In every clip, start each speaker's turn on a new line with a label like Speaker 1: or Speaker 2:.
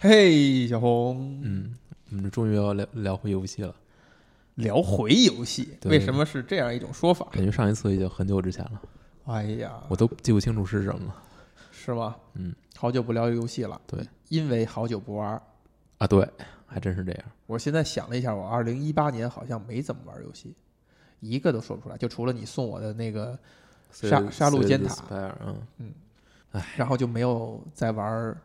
Speaker 1: 嘿，小红，
Speaker 2: 嗯，我们终于要聊聊回游戏了，
Speaker 1: 聊回游戏，
Speaker 2: 对
Speaker 1: 为什么是这样一种说法？
Speaker 2: 感觉上一次已经很久之前了，
Speaker 1: 哎呀，
Speaker 2: 我都记不清楚是什么了
Speaker 1: 是吗？
Speaker 2: 嗯，
Speaker 1: 好久不聊游戏了，
Speaker 2: 对，
Speaker 1: 因为好久不玩儿。
Speaker 2: 啊。对，还真是这样。
Speaker 1: 我现在想了一下，我二零一八年好像没怎么玩游戏，一个都说不出来，就除了你送我的那个，杀杀戮尖塔
Speaker 2: 嗯，
Speaker 1: 然后就没有再玩儿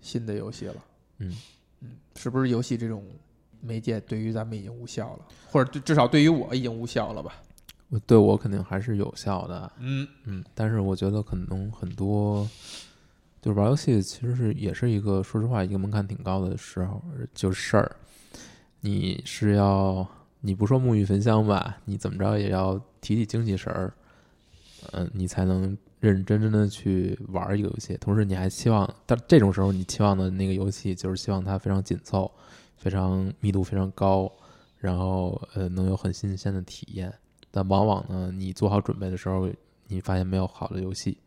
Speaker 1: 新的游戏了。
Speaker 2: 嗯
Speaker 1: 嗯，是不是游戏这种媒介对于咱们已经无效了，或者对至少对于我已经无效了吧？
Speaker 2: 我对我肯定还是有效的，
Speaker 1: 嗯，
Speaker 2: 嗯，但是我觉得可能很多，就是玩游戏其实是也是一个，说实话，一个门槛挺高的时候，就是事儿，你是要你不说沐浴焚香吧，你怎么着也要提起精气神儿，嗯、你才能认认真真的去玩一个游戏。同时，你还期望，但这种时候你期望的那个游戏就是希望它非常紧凑，非常密度非常高，然后呃能有很新鲜的体验。但往往呢，你做好准备的时候，你发现没有好的游戏。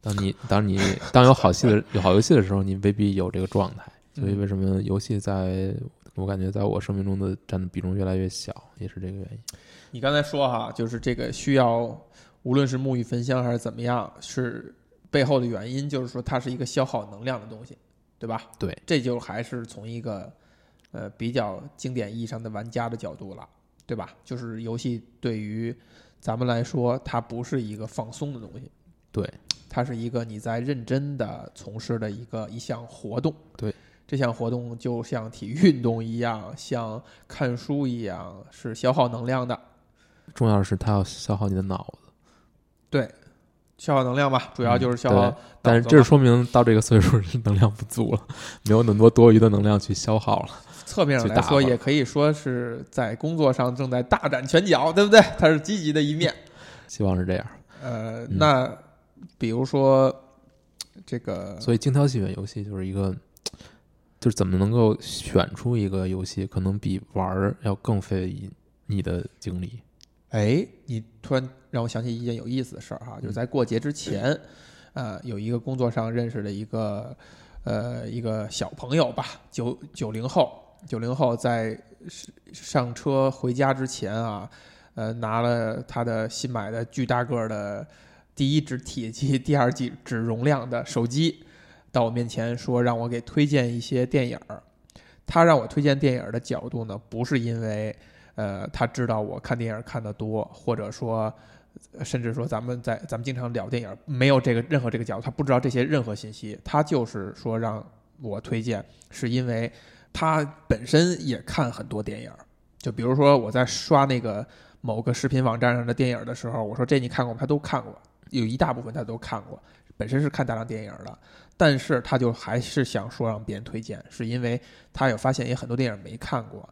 Speaker 2: 当你当你当有好戏的 有好游戏的时候，你未必有这个状态。所
Speaker 1: 嗯
Speaker 2: 以为什么游戏在我感觉在我生命中的占的比重越来越小，也是这个原因。
Speaker 1: 你刚才说哈，就是这个需要，无论是沐浴焚香还是怎么样，是背后的原因，就是说它是一个消耗能量的东西，对吧？
Speaker 2: 对，
Speaker 1: 这就还是从一个呃比较经典意义上的玩家的角度了，对吧？就是游戏对于咱们来说，它不是一个放松的东西，
Speaker 2: 对，
Speaker 1: 它是一个你在认真的从事的一个一项活动，
Speaker 2: 对。
Speaker 1: 这项活动就像体育运动一样，像看书一样，是消耗能量的。
Speaker 2: 重要的是它要消耗你的脑子。
Speaker 1: 消耗能量吧，主要就是消耗、
Speaker 2: 嗯对但是这说明到这个岁数是能量不足了，没有那么多多余的能量去消耗了。
Speaker 1: 侧面上
Speaker 2: 去
Speaker 1: 来
Speaker 2: 打
Speaker 1: 说，
Speaker 2: 吧
Speaker 1: 也可以说是在工作上正在大展拳脚，对不 对？它是积极的一面。
Speaker 2: 希望是这样。
Speaker 1: 呃，
Speaker 2: 嗯
Speaker 1: 那比如说这个，
Speaker 2: 所以精挑细选游戏就是一个，就是怎么能够选出一个游戏，可能比玩儿要更费你的精力。
Speaker 1: 哎，你突然让我想起一件有意思的事儿哈，就是在过节之前，呃，有一个工作上认识的一个呃一个小朋友吧，九九零后，九零后在上车回家之前啊，呃，拿了他的新买的巨大个儿的第一指体积、第二指指容量的手机到我面前说让我给推荐一些电影儿。他让我推荐电影儿的角度呢，不是因为呃，他知道我看电影看得多，或者说，呃甚至说咱们在咱们经常聊电影，没有这个任何这个角度，他不知道这些任何信息，他就是说让我推荐，是因为他本身也看很多电影，就比如说我在刷那个某个视频网站上的电影的时候，我说这你看过吗？他都看过，有一大部分他都看过，本身是看大量电影的，但是他就还是想说让别人推荐，是因为他有发现也很多电影没看过，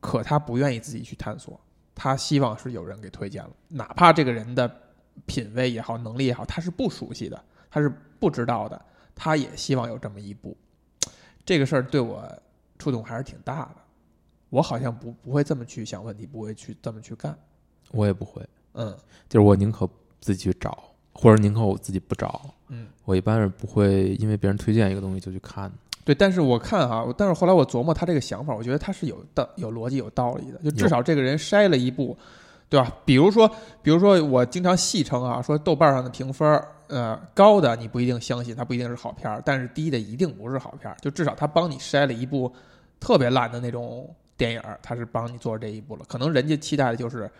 Speaker 1: 可他不愿意自己去探索，他希望是有人给推荐了，哪怕这个人的品味也好，能力也好，他是不熟悉的，他是不知道的，他也希望有这么一步。这个事儿对我触动还是挺大的，我好像不不会这么去想问题，不会去这么去干。
Speaker 2: 我也不会，
Speaker 1: 嗯
Speaker 2: 就是我宁可自己去找，或者宁可我自己不找。
Speaker 1: 嗯，
Speaker 2: 我一般是不会因为别人推荐一个东西就去看的。
Speaker 1: 对，但是我看哈、但是后来我琢磨他这个想法，我觉得他是有道、有逻辑、有道理的。就至
Speaker 2: 有
Speaker 1: 少这个人筛了一步，对吧？比如说，比如说我经常戏称啊，说豆瓣上的评分儿，呃，高的你不一定相信它不一定是好片儿，但是低的一定不是好片儿。就至少他帮你筛了一部特别烂的那种电影儿，他是帮你做这一步了。可能人家期待的就是，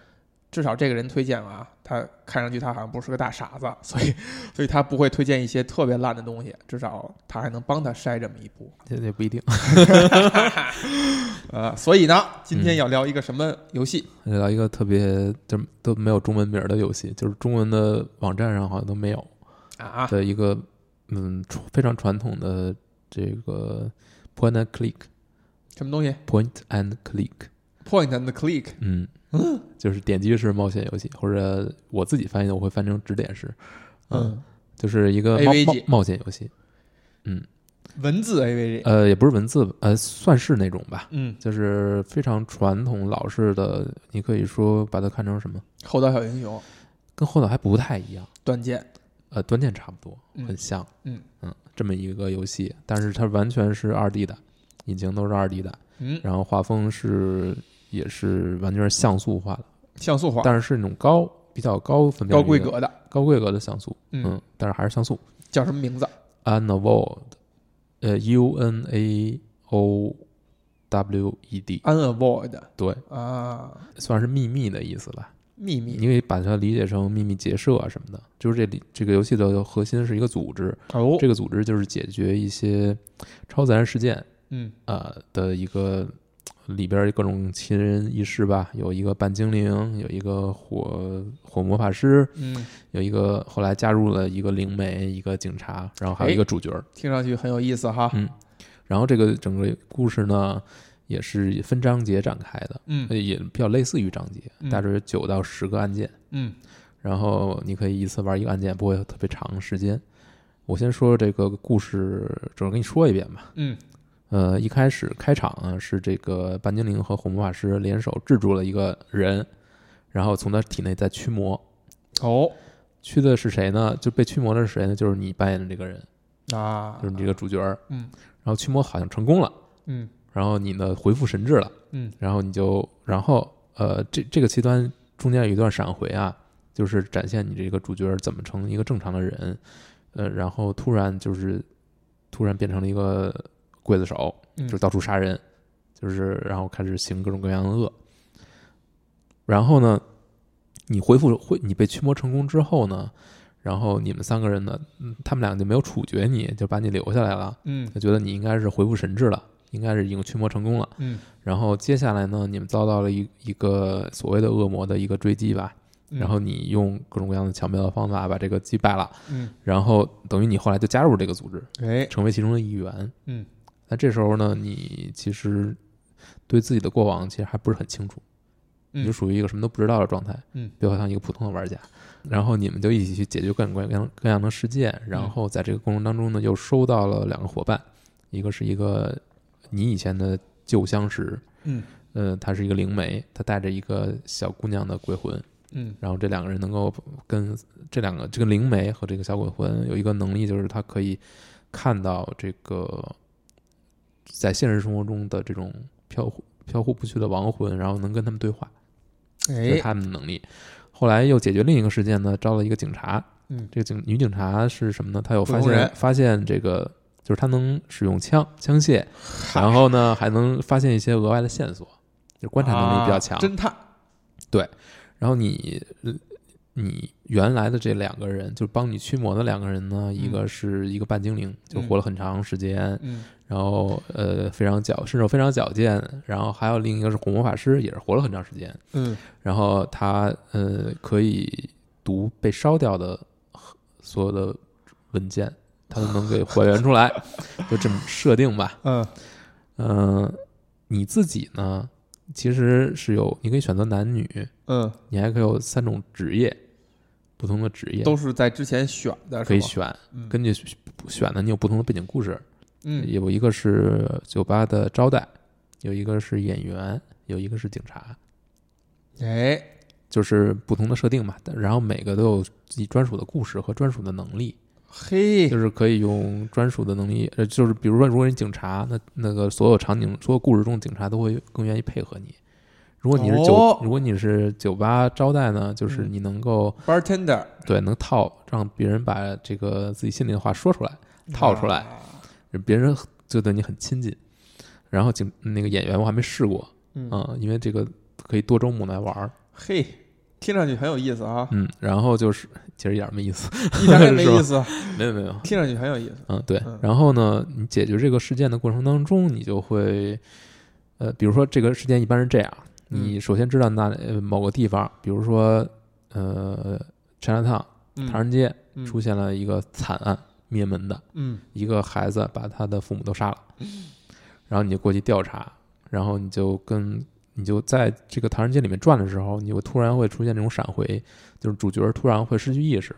Speaker 1: 至少这个人推荐啊，他看上去他好像不是个大傻子，所以所以他不会推荐一些特别烂的东西，至少他还能帮他筛这么一 步。
Speaker 2: 这也不一定。
Speaker 1: 呃，所以呢，今天要聊一个什么游戏？
Speaker 2: 聊到一个特别就都没有中文名儿的游戏，就是中文的网站上好像都没有
Speaker 1: 啊，
Speaker 2: 的一个嗯传非常传统的这个 point and click。
Speaker 1: 什么东西
Speaker 2: Point and click，
Speaker 1: ？Point and click
Speaker 2: 嗯，就是点击式冒险游戏，或者我自己翻译的，我会翻成指点式，
Speaker 1: 嗯，
Speaker 2: 就是一个
Speaker 1: AVG
Speaker 2: 冒冒冒险游戏，
Speaker 1: 文字 AVG，
Speaker 2: 呃，也不是文字，呃，算是那种吧，
Speaker 1: 嗯，
Speaker 2: 就是非常传统老式的，你可以说把它看成什么，
Speaker 1: 厚道小英雄，
Speaker 2: 跟后脑还不太一样，
Speaker 1: 断剑，
Speaker 2: 呃，端键差不多，
Speaker 1: 嗯
Speaker 2: 很像，
Speaker 1: 嗯
Speaker 2: 这么一个游戏，但是它完全是二 D 的，引擎都是二 D 的，
Speaker 1: 嗯，
Speaker 2: 然后画风是也是完全是像素化的，
Speaker 1: 像素化，
Speaker 2: 但是是那种高比较高分辨
Speaker 1: 高
Speaker 2: 率
Speaker 1: 规
Speaker 2: 的
Speaker 1: 格的，
Speaker 2: 高规格的像素，
Speaker 1: 嗯
Speaker 2: 嗯，但是还是像素。
Speaker 1: 叫什么名字？
Speaker 2: Unavoid，呃，U N A O W E D，
Speaker 1: unavoid
Speaker 2: 对，
Speaker 1: 啊，
Speaker 2: 算是秘密的意思吧。
Speaker 1: 秘
Speaker 2: 你
Speaker 1: 密
Speaker 2: 可以把它理解成秘密结社啊什么的，就是这里这个游戏的核心是一个组织，
Speaker 1: 哦
Speaker 2: 这个组织就是解决一些超自然事件
Speaker 1: 嗯
Speaker 2: 呃的一个里边儿各种奇人异事吧，有一个半精灵，有一个火火魔法师，
Speaker 1: 嗯，
Speaker 2: 有一个后来加入了一个灵媒，一个警察，然后还有一个主角儿。
Speaker 1: 听上去很有意思哈，
Speaker 2: 嗯然后这个整个故事呢，也是分章节展开的，
Speaker 1: 嗯
Speaker 2: 呃也比较类似于章节，
Speaker 1: 嗯
Speaker 2: 大致九到十个案件，
Speaker 1: 嗯
Speaker 2: 然后你可以一次玩一个案件，不会特别长时间。我先说这个故事，整个跟你说一遍吧。
Speaker 1: 嗯
Speaker 2: 呃，一开始开场啊，是这个半精灵和红魔法师联手制住了一个人，然后从他体内再驱魔。
Speaker 1: 哦
Speaker 2: 驱的是谁呢？就被驱魔的是谁呢？就是你扮演的这个人，
Speaker 1: 啊
Speaker 2: 就是你这个主角儿。
Speaker 1: 嗯
Speaker 2: 然后驱魔好像成功了，
Speaker 1: 嗯
Speaker 2: 然后你呢恢复神智了，
Speaker 1: 嗯
Speaker 2: 然后你就，然后呃，这这个期端中间有一段闪回啊，就是展现你这个主角怎么成一个正常的人，呃，然后突然就是突然变成了一个刽子手，
Speaker 1: 嗯
Speaker 2: 就到处杀人，就是然后开始行各种各样的恶。然后呢，你恢复恢你被驱魔成功之后呢，然后你们三个人呢，嗯他们两个就没有处决你，就把你留下来了，
Speaker 1: 嗯
Speaker 2: 就觉得你应该是恢复神智了，应该是已经驱魔成功了。
Speaker 1: 嗯
Speaker 2: 然后接下来呢，你们遭到了一一个所谓的恶魔的一个追击吧，
Speaker 1: 嗯，
Speaker 2: 然后你用各种各样的巧妙的方法把这个击败了，
Speaker 1: 嗯
Speaker 2: 然后等于你后来就加入这个组织，
Speaker 1: 哎
Speaker 2: 成为其中的一员。
Speaker 1: 嗯，
Speaker 2: 那这时候呢，你其实对自己的过往其实还不是很清楚，
Speaker 1: 嗯
Speaker 2: 你就属于一个什么都不知道的状态，
Speaker 1: 嗯，
Speaker 2: 比较像一个普通的玩家。然后你们就一起去解决各种各样各样的事件，
Speaker 1: 嗯
Speaker 2: 然后在这个过程当中呢，又收到了两个伙伴，一个是一个你以前的旧相识，
Speaker 1: 嗯
Speaker 2: 呃，她是一个灵媒，她带着一个小姑娘的鬼魂，
Speaker 1: 嗯
Speaker 2: 然后这两个人能够跟这两个这个灵媒和这个小鬼魂有一个能力，就是她可以看到这个在现实生活中的这种飘忽飘忽不去的亡魂，然后能跟他们对话，这是
Speaker 1: 哎
Speaker 2: 他们的能力。后来又解决另一个事件呢，招了一个警察，
Speaker 1: 嗯
Speaker 2: 这个警女警察是什么呢？她有发
Speaker 1: 普通
Speaker 2: 现
Speaker 1: 人
Speaker 2: 发现这个就是她能使用枪枪械，然后呢还能发现一些额外的线索，就观察能力比较强
Speaker 1: 啊。侦探
Speaker 2: 然后你呃你原来的这两个人，就是帮你驱魔的两个人呢，一个是一个半精灵，就活了很长时间，
Speaker 1: 嗯
Speaker 2: 然后呃非常矫身手非常矫健，然后还有另一个是火魔法师，也是活了很长时间，
Speaker 1: 嗯
Speaker 2: 然后他呃可以读被烧掉的所有的文件，他都能给还原出来， 就这么设定吧。
Speaker 1: 嗯
Speaker 2: 嗯、你自己呢，其实是有你可以选择男女，
Speaker 1: 嗯，
Speaker 2: 你还可以有三种职业，不同的职业
Speaker 1: 都是在之前选的是
Speaker 2: 可以
Speaker 1: 吗
Speaker 2: 选，
Speaker 1: 嗯
Speaker 2: 根据选的你有不同的背景故事，
Speaker 1: 嗯
Speaker 2: 有一个是酒吧的招待，有一个是演员，有一个是警察，
Speaker 1: 哎
Speaker 2: 就是不同的设定嘛。但然后每个都有自己专属的故事和专属的能力，
Speaker 1: 嘿
Speaker 2: 就是可以用专属的能力，呃，就是比如说，如果你警察，那那个所有场景、所有故事中，警察都会更愿意配合你。如果你是酒，
Speaker 1: 哦
Speaker 2: 如果你是酒吧招待呢，就是
Speaker 1: 嗯
Speaker 2: 你能够、
Speaker 1: bartender
Speaker 2: 对，能套让别人把这个自己心里的话说出来，套出来
Speaker 1: 啊
Speaker 2: 别人就对你很亲近。然后警那个演员我还没试过，
Speaker 1: 嗯
Speaker 2: 嗯，因为这个可以多周目来玩儿，
Speaker 1: 嘿，听上去很有意思 啊，
Speaker 2: 嗯，然后就是其实一点儿没意思，
Speaker 1: 一点也没
Speaker 2: 是吧
Speaker 1: 意思，
Speaker 2: 没有没有，
Speaker 1: 听上去很有意思，
Speaker 2: 嗯，对
Speaker 1: 嗯。
Speaker 2: 然后呢，你解决这个事件的过程当中，你就会，呃，比如说这个事件一般是这样，你首先知道那呃某个地方，比如说呃 Chinatown
Speaker 1: 嗯
Speaker 2: 唐人街
Speaker 1: 嗯
Speaker 2: 出现了一个惨案，灭门的，
Speaker 1: 嗯
Speaker 2: 一个孩子把他的父母都杀了，然后你就过去调查，然后你就跟你就在这个唐人街里面转的时候，你会突然会出现这种闪回，就是主角突然会失去意识，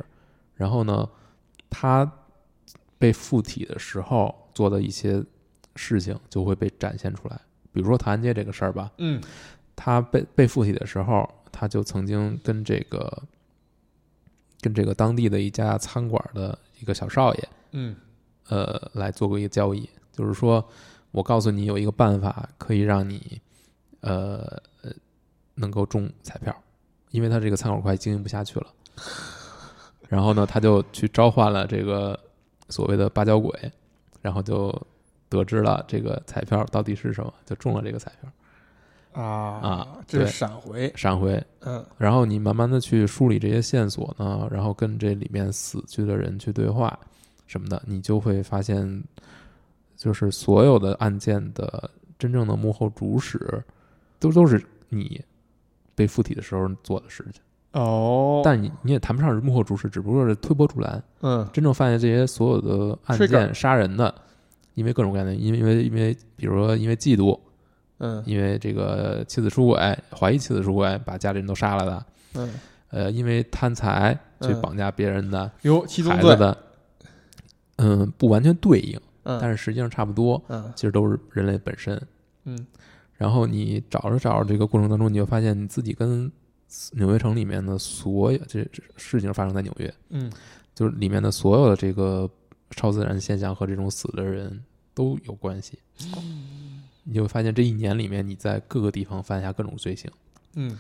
Speaker 2: 然后呢，他被附体的时候做的一些事情就会被展现出来，比如说唐人街这个事儿吧，
Speaker 1: 嗯
Speaker 2: 他被被附体的时候，他就曾经跟这个跟这个当地的一家餐馆的一个小少爷，
Speaker 1: 嗯
Speaker 2: 呃，来做过一个交易，就是说我告诉你有一个办法可以让你，呃，呃能够中彩票，因为他这个餐馆快经营不下去了。然后呢，他就去召唤了这个所谓的八角鬼，然后就得知了这个彩票到底是什么，就中了这个彩票，
Speaker 1: 啊
Speaker 2: 啊
Speaker 1: 这是
Speaker 2: 对
Speaker 1: 闪回，
Speaker 2: 闪回。
Speaker 1: 嗯
Speaker 2: 然后你慢慢的去梳理这些线索呢，然后跟这里面死去的人去对话什么的，你就会发现，就是所有的案件的真正的幕后主使，都都是你被附体的时候做的事情。
Speaker 1: 哦
Speaker 2: 但你你也谈不上是幕后主使，只不过是推波助澜。
Speaker 1: 嗯
Speaker 2: 真正发现这些所有的案
Speaker 1: Trigger
Speaker 2: 件杀人的，因为各种各样的，因为因为因为比如说因为嫉妒，
Speaker 1: 嗯
Speaker 2: 因为这个妻子出轨，怀疑妻子出轨，把家里人都杀了的。
Speaker 1: 嗯，
Speaker 2: 呃，因为贪财去
Speaker 1: 嗯
Speaker 2: 绑架别人的、
Speaker 1: 哟，七宗
Speaker 2: 孩
Speaker 1: 罪
Speaker 2: 子，的，嗯，不完全对应，
Speaker 1: 嗯，
Speaker 2: 但
Speaker 1: 是
Speaker 2: 是实际上差不多，
Speaker 1: 嗯
Speaker 2: 其实都是人类本身。
Speaker 1: 嗯
Speaker 2: 然后你找着找着这个过程当中，你就发现你自己跟纽约城里面的所有这这事情发生在纽约，
Speaker 1: 嗯
Speaker 2: 就是里面的所有的这个超自然现象和这种死的人都有关系。
Speaker 1: 嗯
Speaker 2: 你就会发现这一年里面，你在各个地方犯下各种罪行。
Speaker 1: 嗯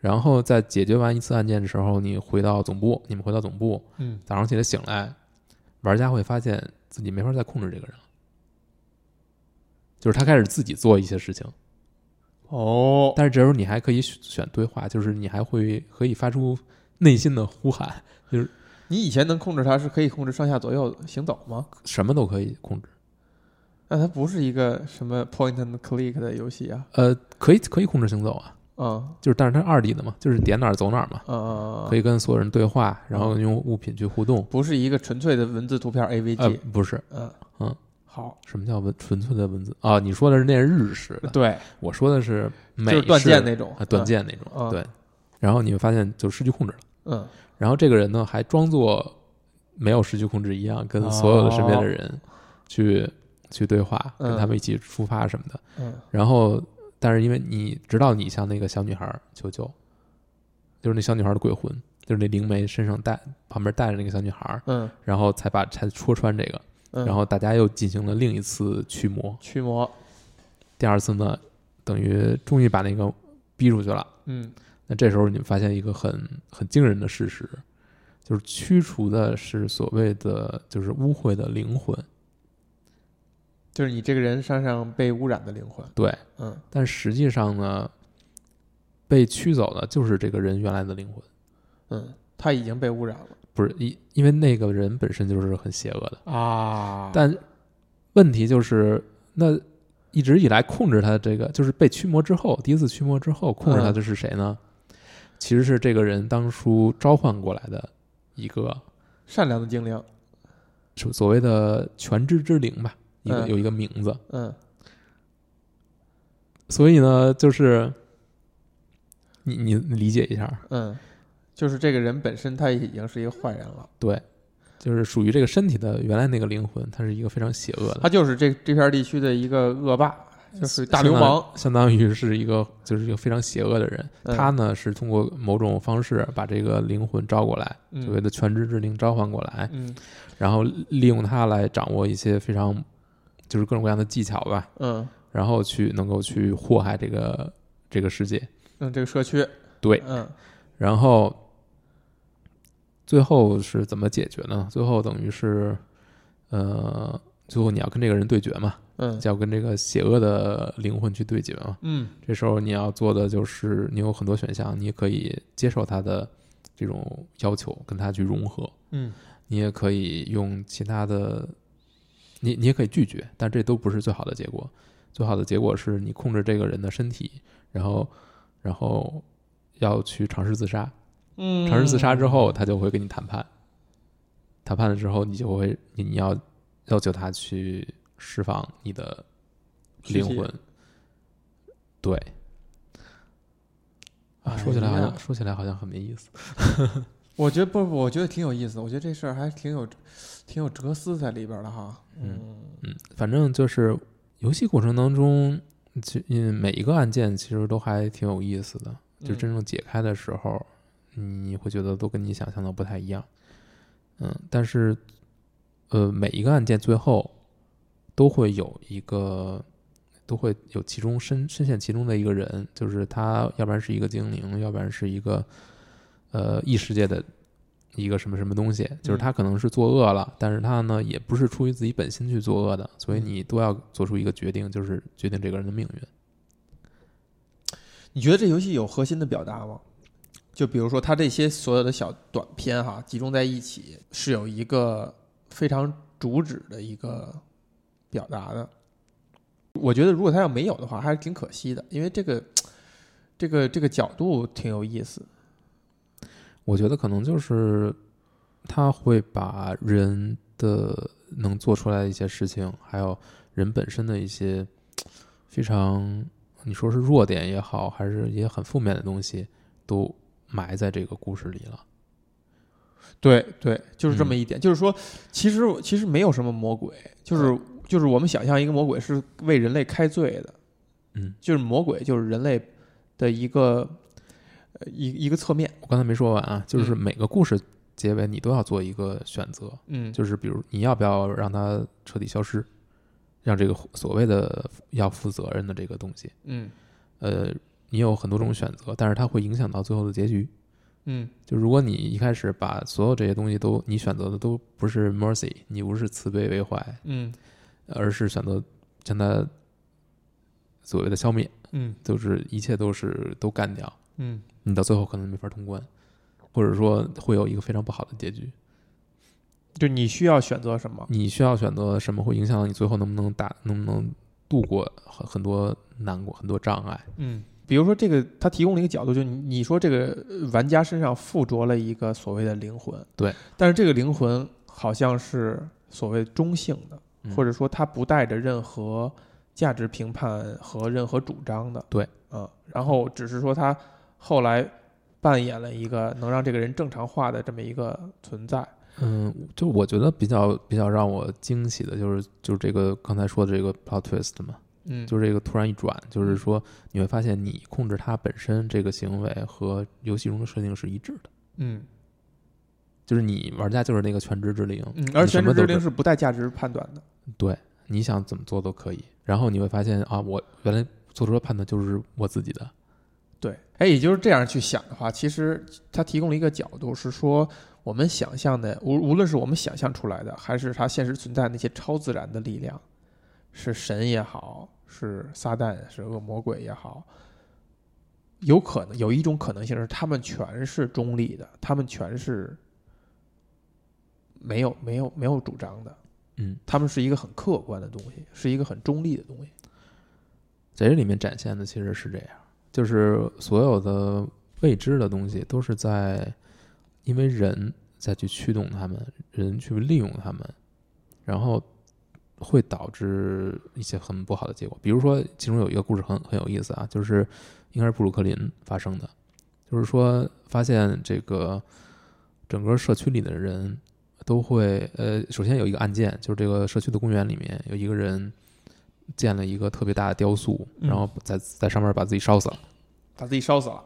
Speaker 2: 然后在解决完一次案件的时候，你回到总部，你们回到总部，
Speaker 1: 嗯，
Speaker 2: 早上起来醒来，玩家会发现自己没法再控制这个人了，就是他开始自己做一些事情，
Speaker 1: 哦，
Speaker 2: 但是这时候你还可以选选对话，就是你还会可以发出内心的呼喊，
Speaker 1: 你以前能控制它是可以控制上下左右行走吗？
Speaker 2: 什么都可以控制，
Speaker 1: 那它不是一个什么 point and click 的游戏啊？
Speaker 2: 呃，可以可以控制行走啊，
Speaker 1: 嗯
Speaker 2: 就是但是它是二 D 的嘛，就是点哪儿走哪儿嘛，
Speaker 1: 嗯嗯，
Speaker 2: 可
Speaker 1: 以，
Speaker 2: 以跟所有人对话，然后用物品去互动，
Speaker 1: 不是一个纯粹的文字图片
Speaker 2: 呃
Speaker 1: AVG，，
Speaker 2: 不是。
Speaker 1: 嗯
Speaker 2: 嗯，
Speaker 1: 好，
Speaker 2: 什么叫文纯粹的文字啊？你说的是那是日式的，
Speaker 1: 对，
Speaker 2: 我说的是美
Speaker 1: 就是
Speaker 2: 式
Speaker 1: 断剑那种
Speaker 2: 啊，断，剑那种，
Speaker 1: 嗯
Speaker 2: 对。然后你会发现就失去控制了。
Speaker 1: 嗯
Speaker 2: 然后这个人呢，还装作没有失去控制一样，跟所有的身边的人去、去对话，
Speaker 1: 哦嗯
Speaker 2: 跟他们一起出发什么的。
Speaker 1: 嗯
Speaker 2: 然后，但是因为你知道你向那个小女孩求救，就是那小女孩的鬼魂，就是那灵媒身上带旁边带着那个小女孩，
Speaker 1: 嗯
Speaker 2: 然后才把才戳穿这个。
Speaker 1: 嗯，
Speaker 2: 然后大家又进行了另一次驱魔。
Speaker 1: 驱魔，
Speaker 2: 第二次呢，等于终于把那个逼出去了。
Speaker 1: 嗯
Speaker 2: 那这时候你们发现一个很很惊人的事实，就是驱除的是所谓的就是污秽的灵魂，
Speaker 1: 就是你这个人身上被污染的灵魂，
Speaker 2: 对，
Speaker 1: 嗯，
Speaker 2: 但实际上呢，被驱走的就是这个人原来的灵魂，
Speaker 1: 嗯，他已经被污染了
Speaker 2: 不是因因为那个人本身就是很邪恶的，
Speaker 1: 啊
Speaker 2: 但问题就是那。一直以来控制他的这个，就是被驱魔之后，第一次驱魔之后控制他的是谁呢？其实是这个人当初召唤过来的一个
Speaker 1: 善良的精灵，
Speaker 2: 所所谓的全知之灵吧，一个、
Speaker 1: 嗯
Speaker 2: 有一个名字。
Speaker 1: 嗯
Speaker 2: 所以呢，就是你你你理解一下，
Speaker 1: 嗯，就是这个人本身他已经是一个坏人了，
Speaker 2: 对，就是属于这个身体的原来那个灵魂，它是一个非常邪恶的
Speaker 1: 他就是这这片地区的一个恶霸，
Speaker 2: 嗯
Speaker 1: 就是大流氓，
Speaker 2: 相当于相当于是一个就是一个非常邪恶的人。
Speaker 1: 嗯
Speaker 2: 他呢是通过某种方式把这个灵魂招过来，所谓
Speaker 1: 嗯
Speaker 2: 的全知之灵召唤过来，
Speaker 1: 嗯
Speaker 2: 然后利用它来掌握一些非常就是各种各样的技巧吧，
Speaker 1: 嗯
Speaker 2: 然后去能够去祸害这个这个世界。
Speaker 1: 嗯，这个社区，
Speaker 2: 对
Speaker 1: 嗯
Speaker 2: 然后最后是怎么解决呢？最后等于是，呃，最后你要跟这个人对决嘛，
Speaker 1: 嗯
Speaker 2: 就要跟这个邪恶的灵魂去对决嘛。
Speaker 1: 嗯
Speaker 2: 这时候你要做的就是，你有很多选项，你可以接受他的这种要求，跟他去融合；
Speaker 1: 嗯
Speaker 2: 你也可以用其他的，你你也可以拒绝，但这都不是最好的结果。最好的结果是你控制这个人的身体，然后然后要去尝试自杀。
Speaker 1: 嗯，
Speaker 2: 尝试自杀之后，他就会跟你谈判。谈判了之后，你就会你你要要求他去释放你的
Speaker 1: 嗯躯体
Speaker 2: 灵魂。对啊，
Speaker 1: 哎
Speaker 2: 说起来好
Speaker 1: 呀
Speaker 2: 像说起来好像很没意思。
Speaker 1: 我觉得不，我觉得挺有意思的，我觉得这事儿还挺有挺有哲思在里边儿的哈，嗯
Speaker 2: 嗯，反正就是游戏过程当中，其嗯每一个案件其实都还挺有意思的。就
Speaker 1: 嗯
Speaker 2: 真正解开的时候，你会觉得都跟你想象的不太一样。嗯，但是呃，每一个案件最后都会有一个，都会有其中深深陷其中的一个人，就是他，要不然是一个精灵，要不然是一个呃异世界的一个什么什么东西，
Speaker 1: 嗯
Speaker 2: 就是他可能是作恶了，但是他呢也不是出于自己本心去作恶的，所以
Speaker 1: 嗯
Speaker 2: 你都要做出一个决定，就是决定这个人的命运。
Speaker 1: 你觉得这游戏有核心的表达吗？就比如说，它这些所有的小短片哈，集中在一起是有一个非常主旨的一个表达的。我觉得如果它要没有的话，还是挺可惜的，因为这个这个这个角度挺有意思。
Speaker 2: 我觉得可能就是他会把人的能做出来的一些事情，还有人本身的一些非常你说是弱点也好，还是一些很负面的东西，都埋在这个故事里了。
Speaker 1: 对对，就是这么一点。就是说，其实其实没有什么魔鬼，就是就是我们想象一个魔鬼是为人类开罪的，
Speaker 2: 嗯，
Speaker 1: 就是魔鬼就是人类的一个呃一一个侧面。
Speaker 2: 我刚才没说完啊，就是
Speaker 1: 嗯
Speaker 2: 每个故事结尾你都要做一个选择，
Speaker 1: 嗯，
Speaker 2: 就是比如你要不要让它彻底消失，让这个所谓的要负责任的这个东西，
Speaker 1: 嗯
Speaker 2: 呃，你有很多种选择，但是它会影响到最后的结局。
Speaker 1: 嗯
Speaker 2: 就如果你一开始把所有这些东西都你选择的都不是 mercy，你不是慈悲为怀，
Speaker 1: 嗯
Speaker 2: 而是选择将它所谓的消灭，
Speaker 1: 嗯
Speaker 2: 就是一切都是都干掉，
Speaker 1: 嗯，
Speaker 2: 你到最后可能没法通关，或者说会有一个非常不好的结局。
Speaker 1: 就你需要选择什么？
Speaker 2: 你需要选择什么会影响到你最后能不能打，能不能度过很很多难过很多障碍。
Speaker 1: 嗯，比如说这个，他提供了一个角度，就你你说这个呃玩家身上附着了一个所谓的灵魂，
Speaker 2: 对，
Speaker 1: 但是这个灵魂好像是所谓中性的，
Speaker 2: 嗯
Speaker 1: 或者说它不带着任何价值评判和任何主张的，
Speaker 2: 对，
Speaker 1: 嗯，然后只是说他后来扮演了一个能让这个人正常化的这么一个存在，
Speaker 2: 嗯，就我觉得比较比较让我惊喜的就是就是这个刚才说的这个 plot twist 嘛，
Speaker 1: 嗯，
Speaker 2: 就是这个突然一转，就是说你会发现你控制它本身这个行为和游戏中的设定是一致的，
Speaker 1: 嗯
Speaker 2: 就是你玩家就是那个全知之灵，
Speaker 1: 嗯，
Speaker 2: 你
Speaker 1: 而全
Speaker 2: 什么
Speaker 1: 职
Speaker 2: 都
Speaker 1: 之
Speaker 2: 知
Speaker 1: 灵是不带价值判断的，
Speaker 2: 对，你想怎么做都可以。然后你会发现啊，我原来做出的判断就是我自己的，
Speaker 1: 对，哎，也就是这样去想的话，其实它提供了一个角度，是说我们想象的，无无论是我们想象出来的，还是它现实存在那些超自然的力量，是神也好，是撒旦，是恶魔鬼也好，有可能有一种可能性是他们全是中立的，他们全是没有没有没有主张的，
Speaker 2: 嗯，
Speaker 1: 他们是一个很客观的东西，是一个很中立的东西。
Speaker 2: 在这里面展现的其实是这样，就是所有的未知的东西都是在因为人再去驱动他们，人去利用他们，然后会导致一些很不好的结果。比如说，其中有一个故事很很有意思啊，就是应该是布鲁克林发生的，就是说发现这个整个社区里的人都会呃，首先有一个案件，就是这个社区的公园里面有一个人。建了一个特别大的雕塑，
Speaker 1: 嗯
Speaker 2: 然后在在上面把自己烧死了。
Speaker 1: 把自己烧死了，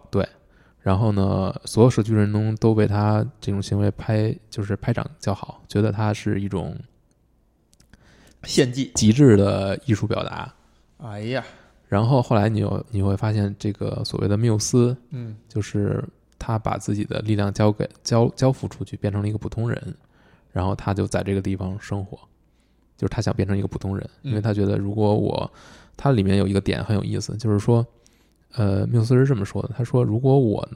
Speaker 2: 然后呢，所有社区人中都为他这种行为拍，就是拍掌叫好，觉得他是一种
Speaker 1: 献祭。
Speaker 2: 极致的艺术表达。
Speaker 1: 哎呀，
Speaker 2: 然后后来你有你会发现，这个所谓的缪斯，
Speaker 1: 嗯
Speaker 2: 就是他把自己的力量交给交交付出去，变成了一个普通人，然后他就在这个地方生活，就是他想变成一个普通人，
Speaker 1: 嗯
Speaker 2: 因为他觉得如果我，他里面有一个点很有意思，就是说，呃，缪斯是这么说的，他说如果我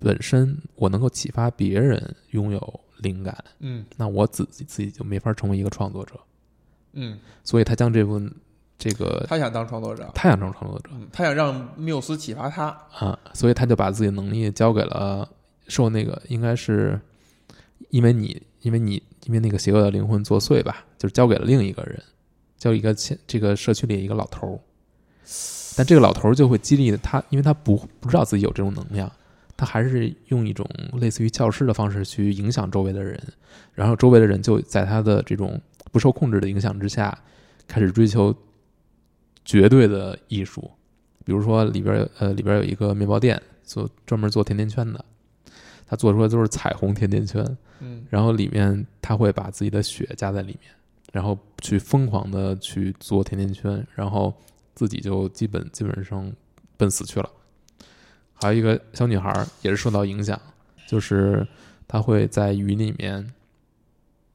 Speaker 2: 本身我能够启发别人拥有灵感，
Speaker 1: 嗯
Speaker 2: 那我自己自己就没法成为一个创作者，
Speaker 1: 嗯，
Speaker 2: 所以他将这部这个
Speaker 1: 他想当创作者，
Speaker 2: 他想成为创作者。
Speaker 1: 嗯，他想让缪斯启发他，
Speaker 2: 啊，所以他就把自己的能力交给了受那个应该是因为你因为你因为那个邪恶的灵魂作祟吧，就是交给了另一个人，交一个前这个社区里一个老头儿。但这个老头儿就会激励他，因为他不不知道自己有这种能量，他还是用一种类似于教师的方式去影响周围的人，然后周围的人就在他的这种不受控制的影响之下，开始追求绝对的艺术。比如说里边儿呃里边儿有一个面包店做专门做甜甜圈的，它做出来都是彩虹甜甜圈，
Speaker 1: 嗯
Speaker 2: 然后里面它会把自己的血加在里面，然后去疯狂的去做甜甜圈，然后自己就基本基本上奔死去了。还有一个小女孩儿也是受到影响，就是她会在雨里面，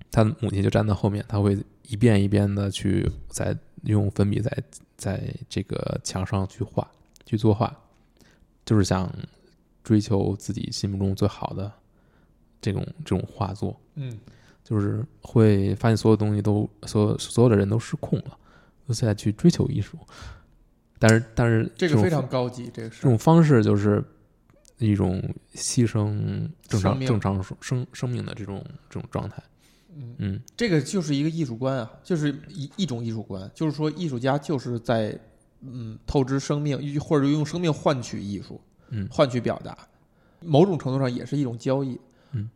Speaker 2: 她的母亲就站在后面，她会一遍一遍的去在用粉笔在在这个墙上去画去作画，就是想追求自己心目中最好的这种这种画作。
Speaker 1: 嗯
Speaker 2: 就是会发现所有东西都，所有所有的人都失控了，都在去追求艺术。但是，但是
Speaker 1: 这个
Speaker 2: 种
Speaker 1: 非常高级，这个
Speaker 2: 这
Speaker 1: 是
Speaker 2: 种方式就是一种牺牲
Speaker 1: 生
Speaker 2: 正常
Speaker 1: 命
Speaker 2: 正常生生命的这种这种状态。
Speaker 1: 嗯
Speaker 2: 嗯，
Speaker 1: 这个就是一个艺术观啊，就是一一种艺术观，就是说艺术家就是在嗯透支生命，或者用生命换取艺术，
Speaker 2: 嗯
Speaker 1: 换取表达，某种程度上也是一种交易。
Speaker 2: 嗯，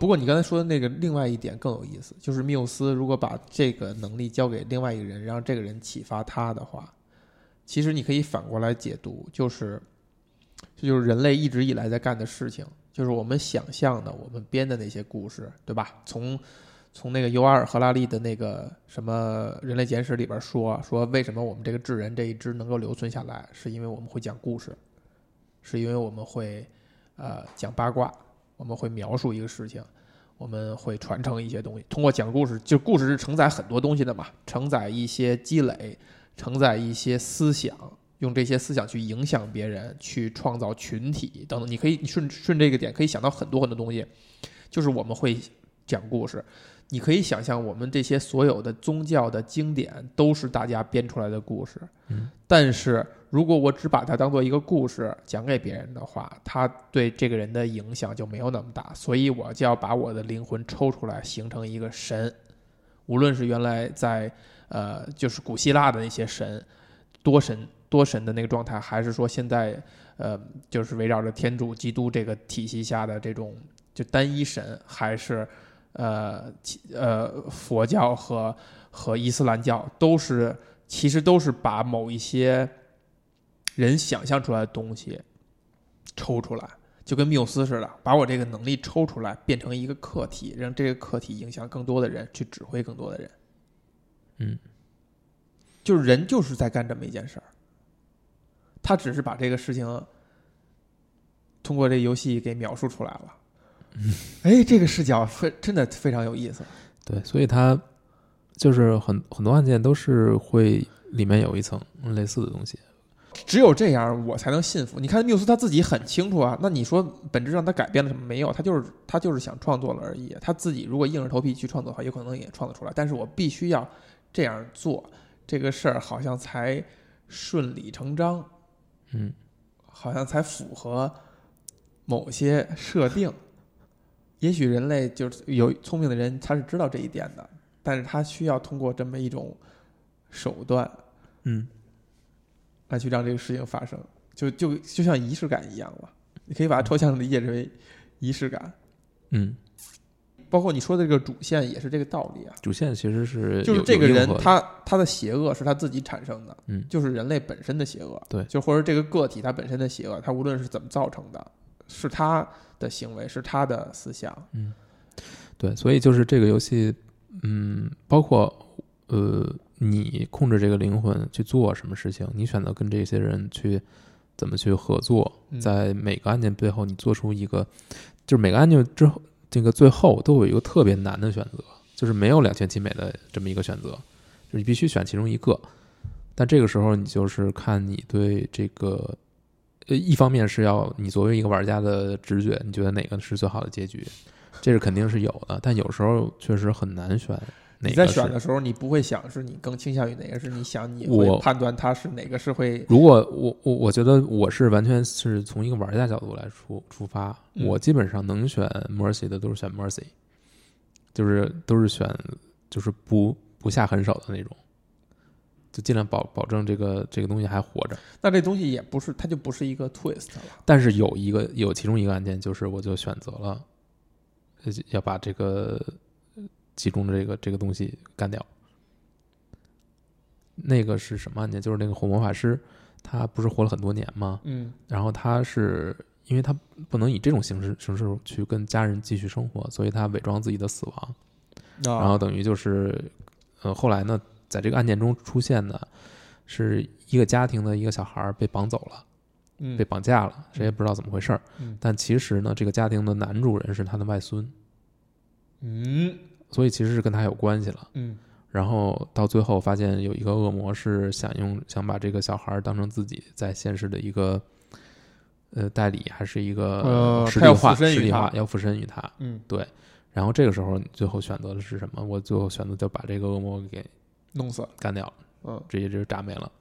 Speaker 1: 不过你刚才说的那个另外一点更有意思，就是缪斯如果把这个能力交给另外一个人，让这个人启发他的话，其实你可以反过来解读，就是这就是人类一直以来在干的事情，就是我们想象的、我们编的那些故事，对吧？从从那个尤瓦尔·赫拉利的那个什么《人类简史》里边说，说为什么我们这个智人这一支能够留存下来，是因为我们会讲故事，是因为我们会呃讲八卦，我们会描述一个事情，我们会传承一些东西。通过讲故事，就故事是承载很多东西的嘛，承载一些积累，承载一些思想，用这些思想去影响别人，去创造群体等等。你可以你顺顺这个点，可以想到很多很多东西，就是我们会讲故事。你可以想象，我们这些所有的宗教的经典都是大家编出来的故事。
Speaker 2: 嗯，
Speaker 1: 但是如果我只把它当做一个故事讲给别人的话，它对这个人的影响就没有那么大。所以我就要把我的灵魂抽出来，形成一个神，无论是原来在呃就是古希腊的那些神，多神多神的那个状态，还是说现在呃就是围绕着天主基督这个体系下的这种就单一神，还是呃其呃佛教和和伊斯兰教都是其实都是把某一些人想象出来的东西抽出来。就跟缪斯似的，把我这个能力抽出来，变成一个课题，让这个课题影响更多的人，去指挥更多的人。
Speaker 2: 嗯，
Speaker 1: 就是人就是在干这么一件事儿，他只是把这个事情通过这游戏给描述出来了。哎，这个视角非真的非常有意思。
Speaker 2: 对，所以它就是很很多案件都是会里面有一层类似的东西。
Speaker 1: 只有这样，我才能信服。你看缪斯他自己很清楚啊，那你说本质上他改变了什么？没有，他就是他就是想创作了而已。他自己如果硬着头皮去创作的话，有可能也创作出来。但是我必须要这样做，这个事儿好像才顺理成章，
Speaker 2: 嗯，
Speaker 1: 好像才符合某些设定。也许人类就是有聪明的人，他是知道这一点的，但是他需要通过这么一种手段
Speaker 2: 嗯，
Speaker 1: 来去让这个事情发生，就就就像仪式感一样了。你可以把它抽象地理解成为仪式感，
Speaker 2: 嗯，
Speaker 1: 包括你说的这个主线也是这个道理啊。
Speaker 2: 主线其实是
Speaker 1: 就是
Speaker 2: 有
Speaker 1: 这个
Speaker 2: 有
Speaker 1: 人
Speaker 2: 硬核的
Speaker 1: 他他的邪恶是他自己产生的，
Speaker 2: 嗯
Speaker 1: 就是人类本身的邪恶，
Speaker 2: 对
Speaker 1: 就或者这个个体他本身的邪恶，他无论是怎么造成的，是他的行为，是他的思想，
Speaker 2: 嗯对，所以就是这个游戏，嗯，包括呃，你控制这个灵魂去做什么事情，你选择跟这些人去怎么去合作，
Speaker 1: 嗯
Speaker 2: 在每个案件背后，你做出一个，就是每个案件之后，这个最后都有一个特别难的选择，就是没有两全其美的这么一个选择，就是你必须选其中一个。但这个时候，你就是看你对这个，呃，一方面是要你作为一个玩家的直觉，你觉得哪个是最好的结局，这是肯定是有的。但有时候确实很难选哪
Speaker 1: 你在
Speaker 2: 个是
Speaker 1: 选的时候，你不会想是你更倾向于哪个，是你想你
Speaker 2: 我
Speaker 1: 会判断他是哪个是会
Speaker 2: 如果我我我觉得我是完全是从一个玩家角度来出出发，
Speaker 1: 嗯
Speaker 2: 我基本上能选 Mercy 的都是选 Mercy，就是都是选就是不不下狠手的那种，就尽量保保证这个这个东西还活着。
Speaker 1: 那这东西也不是，它就不是一个 twist 了。
Speaker 2: 但是有一个有其中一个案件就是我就选择了呃要把这个呃其中的这个这个东西干掉。那个是什么案件？就是那个火魔法师，他不是活了很多年吗？
Speaker 1: 嗯
Speaker 2: 然后他是因为他不能以这种形式形式去跟家人继续生活，所以他伪装自己的死亡，
Speaker 1: 嗯啊
Speaker 2: 然后等于就是，呃，后来呢，在这个案件中出现的是一个家庭的一个小孩儿被绑走了，
Speaker 1: 嗯
Speaker 2: 被绑架了，谁也不知道怎么回事儿
Speaker 1: 嗯。
Speaker 2: 但其实呢，这个家庭的男主人是他的外孙，
Speaker 1: 嗯
Speaker 2: 所以其实是跟他有关系了。
Speaker 1: 嗯
Speaker 2: 然后到最后发现有一个恶魔是想用想把这个小孩儿当成自己在现实的一个呃代理，还是一个
Speaker 1: 呃
Speaker 2: 实
Speaker 1: 他
Speaker 2: 体
Speaker 1: 要
Speaker 2: 化
Speaker 1: 附身于
Speaker 2: 实体
Speaker 1: 他
Speaker 2: 化要附身于他。
Speaker 1: 嗯，
Speaker 2: 然后这个时候你最后选择的是什么？我最后选择就把这个恶魔给
Speaker 1: 弄死了，
Speaker 2: 干掉了，
Speaker 1: 嗯
Speaker 2: 直接就炸没了。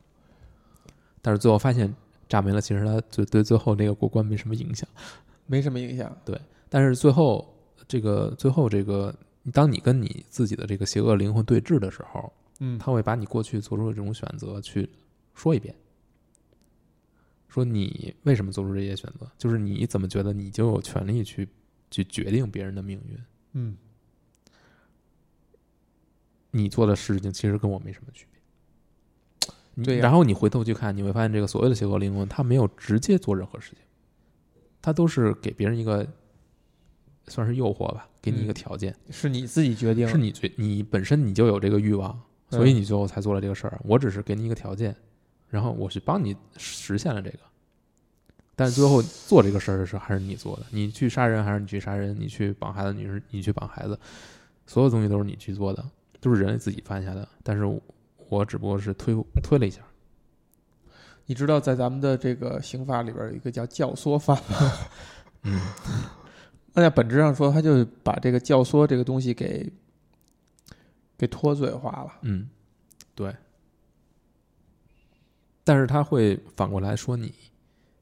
Speaker 2: 但是最后发现炸没了，其实他对对最后那个过关没什么影响。
Speaker 1: 没什么影响，
Speaker 2: 但是最后这个最后这个，当你跟你自己的这个邪恶灵魂对峙的时候，
Speaker 1: 嗯
Speaker 2: 他会把你过去做出的这种选择去说一遍，说你为什么做出这些选择，就是你怎么觉得你就有权利去去决定别人的命运，
Speaker 1: 嗯
Speaker 2: 你做的事情其实跟我没什么区别。你
Speaker 1: 对呀
Speaker 2: 然后你回头去看，你会发现这个所谓的邪恶灵魂，他没有直接做任何事情，他都是给别人一个算是诱惑吧，给你一个
Speaker 1: 嗯
Speaker 2: 条件，
Speaker 1: 是你自己决定，
Speaker 2: 是你最你本身你就有这个欲望，
Speaker 1: 嗯
Speaker 2: 所以你最后才做了这个事儿。我只是给你一个条件，然后我去帮你实现了这个。但是最后做这个事儿的时候，还是你做的。你去杀人，还是你去杀人？你去绑孩子，你是你去绑孩子，所有东西都是你去做的，都是人类自己犯下的。但是我我只不过是推推了一下，
Speaker 1: 你知道在咱们的这个刑法里边有一个叫教唆犯吗？嗯， 那在本质上说，他就把这个教唆这个东西给给脱罪化了。
Speaker 2: 嗯，对。但是他会反过来说你，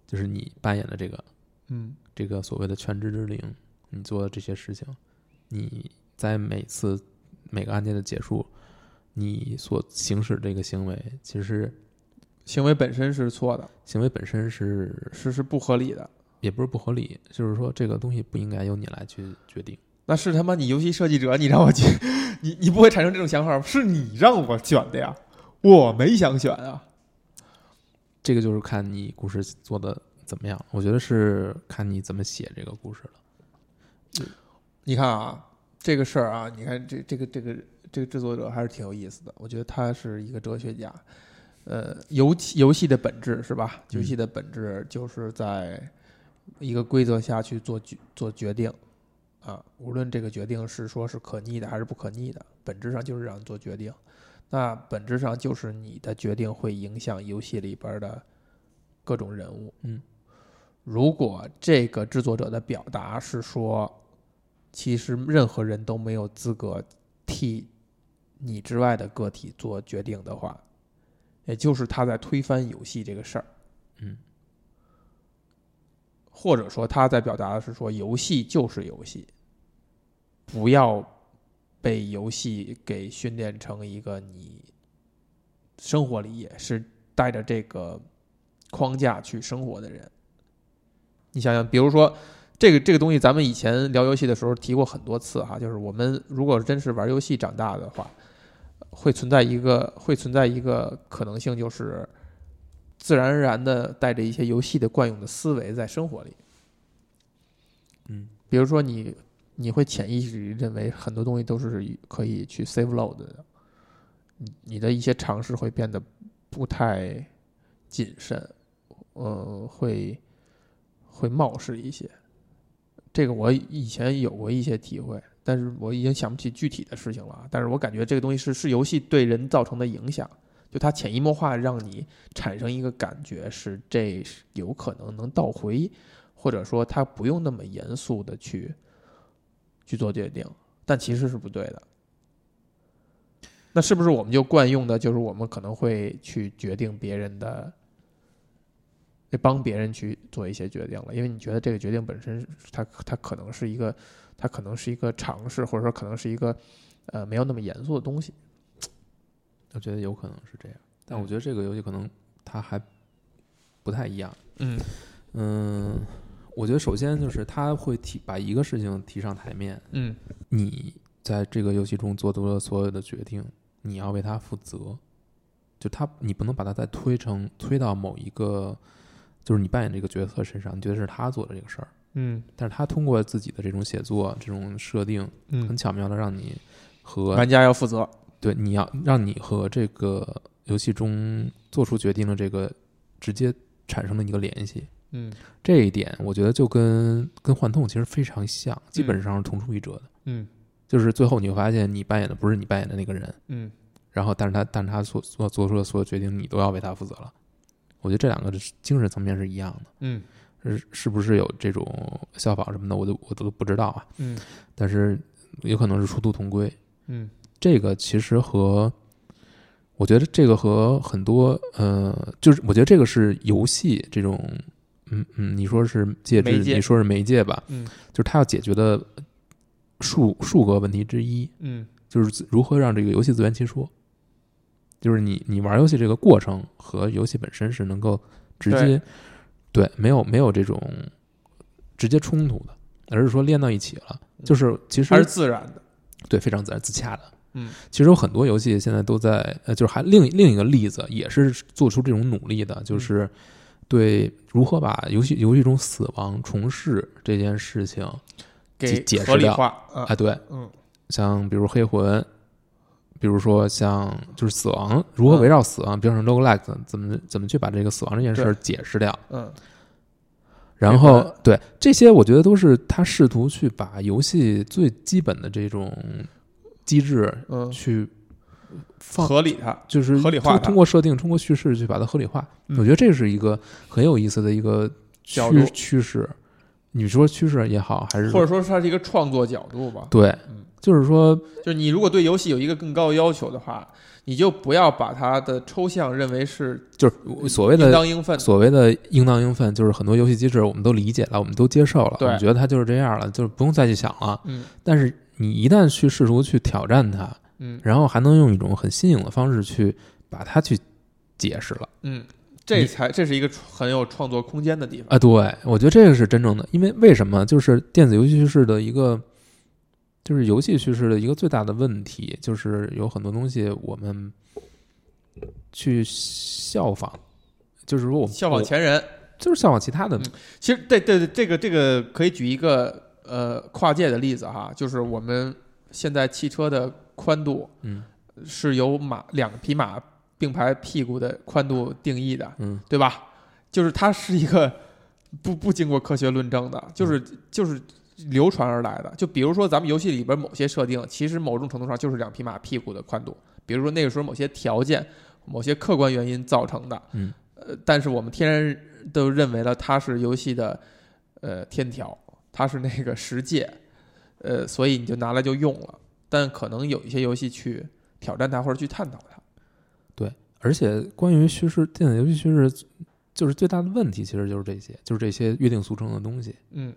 Speaker 2: 就是你扮演的这个
Speaker 1: 嗯
Speaker 2: 这个所谓的全知之灵，你做的这些事情，你在每次每个案件的结束，你所行使这个行为，其实
Speaker 1: 行为本身是错的，
Speaker 2: 行为本身是
Speaker 1: 是是不合理的。
Speaker 2: 也不是不合理，就是说这个东西不应该由你来去决定。
Speaker 1: 那是他妈你游戏设计者，你让我去， 你你不会产生这种想法吗？是你让我选的呀，我没想选啊。
Speaker 2: 这个就是看你故事做的怎么样，我觉得是看你怎么写这个故事了。
Speaker 1: 你看啊，这个事儿啊，你看这这个这个这个制作者还是挺有意思的，我觉得他是一个哲学家。呃，游戏游戏的本质是吧？
Speaker 2: 嗯
Speaker 1: 游戏的本质就是在一个规则下去做决做决定啊，无论这个决定是说是可逆的还是不可逆的，本质上就是让你做决定。那本质上就是你的决定会影响游戏里边的各种人物。
Speaker 2: 嗯，
Speaker 1: 如果这个制作者的表达是说，其实任何人都没有资格替你之外的个体做决定的话，也就是他在推翻游戏这个事儿。
Speaker 2: 嗯，
Speaker 1: 或者说他在表达的是说，游戏就是游戏，不要被游戏给训练成一个你生活里也是带着这个框架去生活的人。你想想，比如说这个这个东西，咱们以前聊游戏的时候提过很多次哈，就是我们如果真是玩游戏长大的话，会存在一个会存在一个可能性，就是自然而然的带着一些游戏的惯用的思维在生活里。
Speaker 2: 嗯，
Speaker 1: 比如说你你会潜意识里认为很多东西都是可以去 save load 的，你你的一些尝试会变得不太谨慎，呃，会会冒失一些。这个我以前有过一些体会，但是我已经想不起具体的事情了啊。但是我感觉这个东西是是游戏对人造成的影响，就它潜移默化让你产生一个感觉，是这是有可能能倒回，或者说它不用那么严肃的去去做决定，但其实是不对的。那是不是我们就惯用的就是我们可能会去决定别人的，会帮别人去做一些决定了？因为你觉得这个决定本身它它可能是一个，它可能是一个尝试，或者说可能是一个呃没有那么严肃的东西。
Speaker 2: 我觉得有可能是这样，但我觉得这个游戏可能它还不太一样。
Speaker 1: 嗯
Speaker 2: 嗯，我觉得首先就是他会提把一个事情提上台面，
Speaker 1: 嗯
Speaker 2: 你在这个游戏中做出了所有的决定，你要为他负责。就他，你不能把他再推成推到某一个就是你扮演这个角色身上，你觉得是他做的这个事儿，
Speaker 1: 嗯
Speaker 2: 但是他通过自己的这种写作、这种设定，很
Speaker 1: 嗯，
Speaker 2: 巧妙的让你和
Speaker 1: 玩家要负责，
Speaker 2: 对，你要让你和这个游戏中做出决定的这个直接产生了一个联系。
Speaker 1: 嗯
Speaker 2: 这一点，我觉得就跟跟幻痛其实非常像，基本上是同出一辙的。
Speaker 1: 嗯
Speaker 2: 就是最后你会发现，你扮演的不是你扮演的那个人，
Speaker 1: 嗯
Speaker 2: 然后但是他但是他所所做出的所有决定，你都要为他负责了。我觉得这两个是精神层面是一样的，
Speaker 1: 嗯
Speaker 2: 是是不是有这种效仿什么的，我都我都不知道啊。
Speaker 1: 嗯
Speaker 2: 但是有可能是殊途同归，
Speaker 1: 嗯
Speaker 2: 这个其实和我觉得这个和很多呃，就是我觉得这个是游戏这种，嗯嗯，你说是介质，
Speaker 1: 媒介
Speaker 2: 你说是媒介吧，
Speaker 1: 嗯
Speaker 2: 就是它要解决的数数个问题之一，
Speaker 1: 嗯
Speaker 2: 就是如何让这个游戏自圆其说。就是你你玩游戏这个过程和游戏本身是能够直接对没有没有这种直接冲突的，而是说练到一起了。就是其实
Speaker 1: 还是自然的，
Speaker 2: 对，非常自然自洽的。
Speaker 1: 嗯，
Speaker 2: 其实有很多游戏现在都在，呃，就是还另另一个例子也是做出这种努力的，就是对如何把游戏游戏中死亡重试这件事情啊、
Speaker 1: 给
Speaker 2: 解释
Speaker 1: 合理
Speaker 2: 掉
Speaker 1: 化啊，
Speaker 2: 对，
Speaker 1: 嗯
Speaker 2: 像比如黑魂，比如说像就是死亡如何
Speaker 1: 嗯
Speaker 2: 围绕死亡，比如说 roguelike 怎么怎么去把这个死亡这件事儿解释掉，
Speaker 1: 嗯
Speaker 2: 然
Speaker 1: 黑
Speaker 2: 后
Speaker 1: 魂
Speaker 2: 对这些我觉得都是他试图去把游戏最基本的这种机制
Speaker 1: 嗯，
Speaker 2: 去放
Speaker 1: 合理它，
Speaker 2: 就是
Speaker 1: 合理化
Speaker 2: 通
Speaker 1: 它
Speaker 2: 通过设定，通过叙事去把它合理化。
Speaker 1: 嗯
Speaker 2: 我觉得这是一个很有意思的一个趋
Speaker 1: 角度
Speaker 2: 趋势。你说趋势也好，还是
Speaker 1: 或者说它是一个创作角度吧，
Speaker 2: 对
Speaker 1: 嗯，
Speaker 2: 就是说，
Speaker 1: 就是你如果对游戏有一个更高的要求的话，你就不要把它的抽象认为是
Speaker 2: 就是所谓
Speaker 1: 应
Speaker 2: 的
Speaker 1: 当应分，
Speaker 2: 所谓的应当应分，就是很多游戏机制我们都理解了，我们都接受了，我
Speaker 1: 对
Speaker 2: 们觉得它就是这样了，就是不用再去想了。
Speaker 1: 嗯
Speaker 2: 但是你一旦去试图去挑战它，
Speaker 1: 嗯
Speaker 2: 然后还能用一种很新颖的方式去把它去解释了。
Speaker 1: 嗯，这才这是一个很有创作空间的地方，
Speaker 2: 啊，对，我觉得这个是真正的，因为为什么就是电子游戏叙事的一个，就是游戏叙事的一个最大的问题，就是有很多东西我们去效仿，就是说我们
Speaker 1: 效仿
Speaker 2: 我
Speaker 1: 前人。
Speaker 2: 就是效仿其他的，
Speaker 1: 嗯其实对对对，这个这个可以举一个呃跨界的例子哈，就是我们现在汽车的宽度
Speaker 2: 嗯
Speaker 1: 是由马两匹马并排屁股的宽度定义的，
Speaker 2: 嗯
Speaker 1: 对吧？就是它是一个不不经过科学论证的，就是就是流传而来的。就比如说咱们游戏里边某些设定，其实某种程度上就是两匹马屁股的宽度，比如说那个时候某些条件、某些客观原因造成的。
Speaker 2: 嗯，
Speaker 1: 呃，但是我们天然都认为了它是游戏的呃天条，它是那个实界，呃，所以你就拿来就用了。但可能有一些游戏去挑战它或者去探讨它。
Speaker 2: 而且关于叙事电子游戏叙事，就是最大的问题其实就是这些，就是这些约定俗成的东西，
Speaker 1: 嗯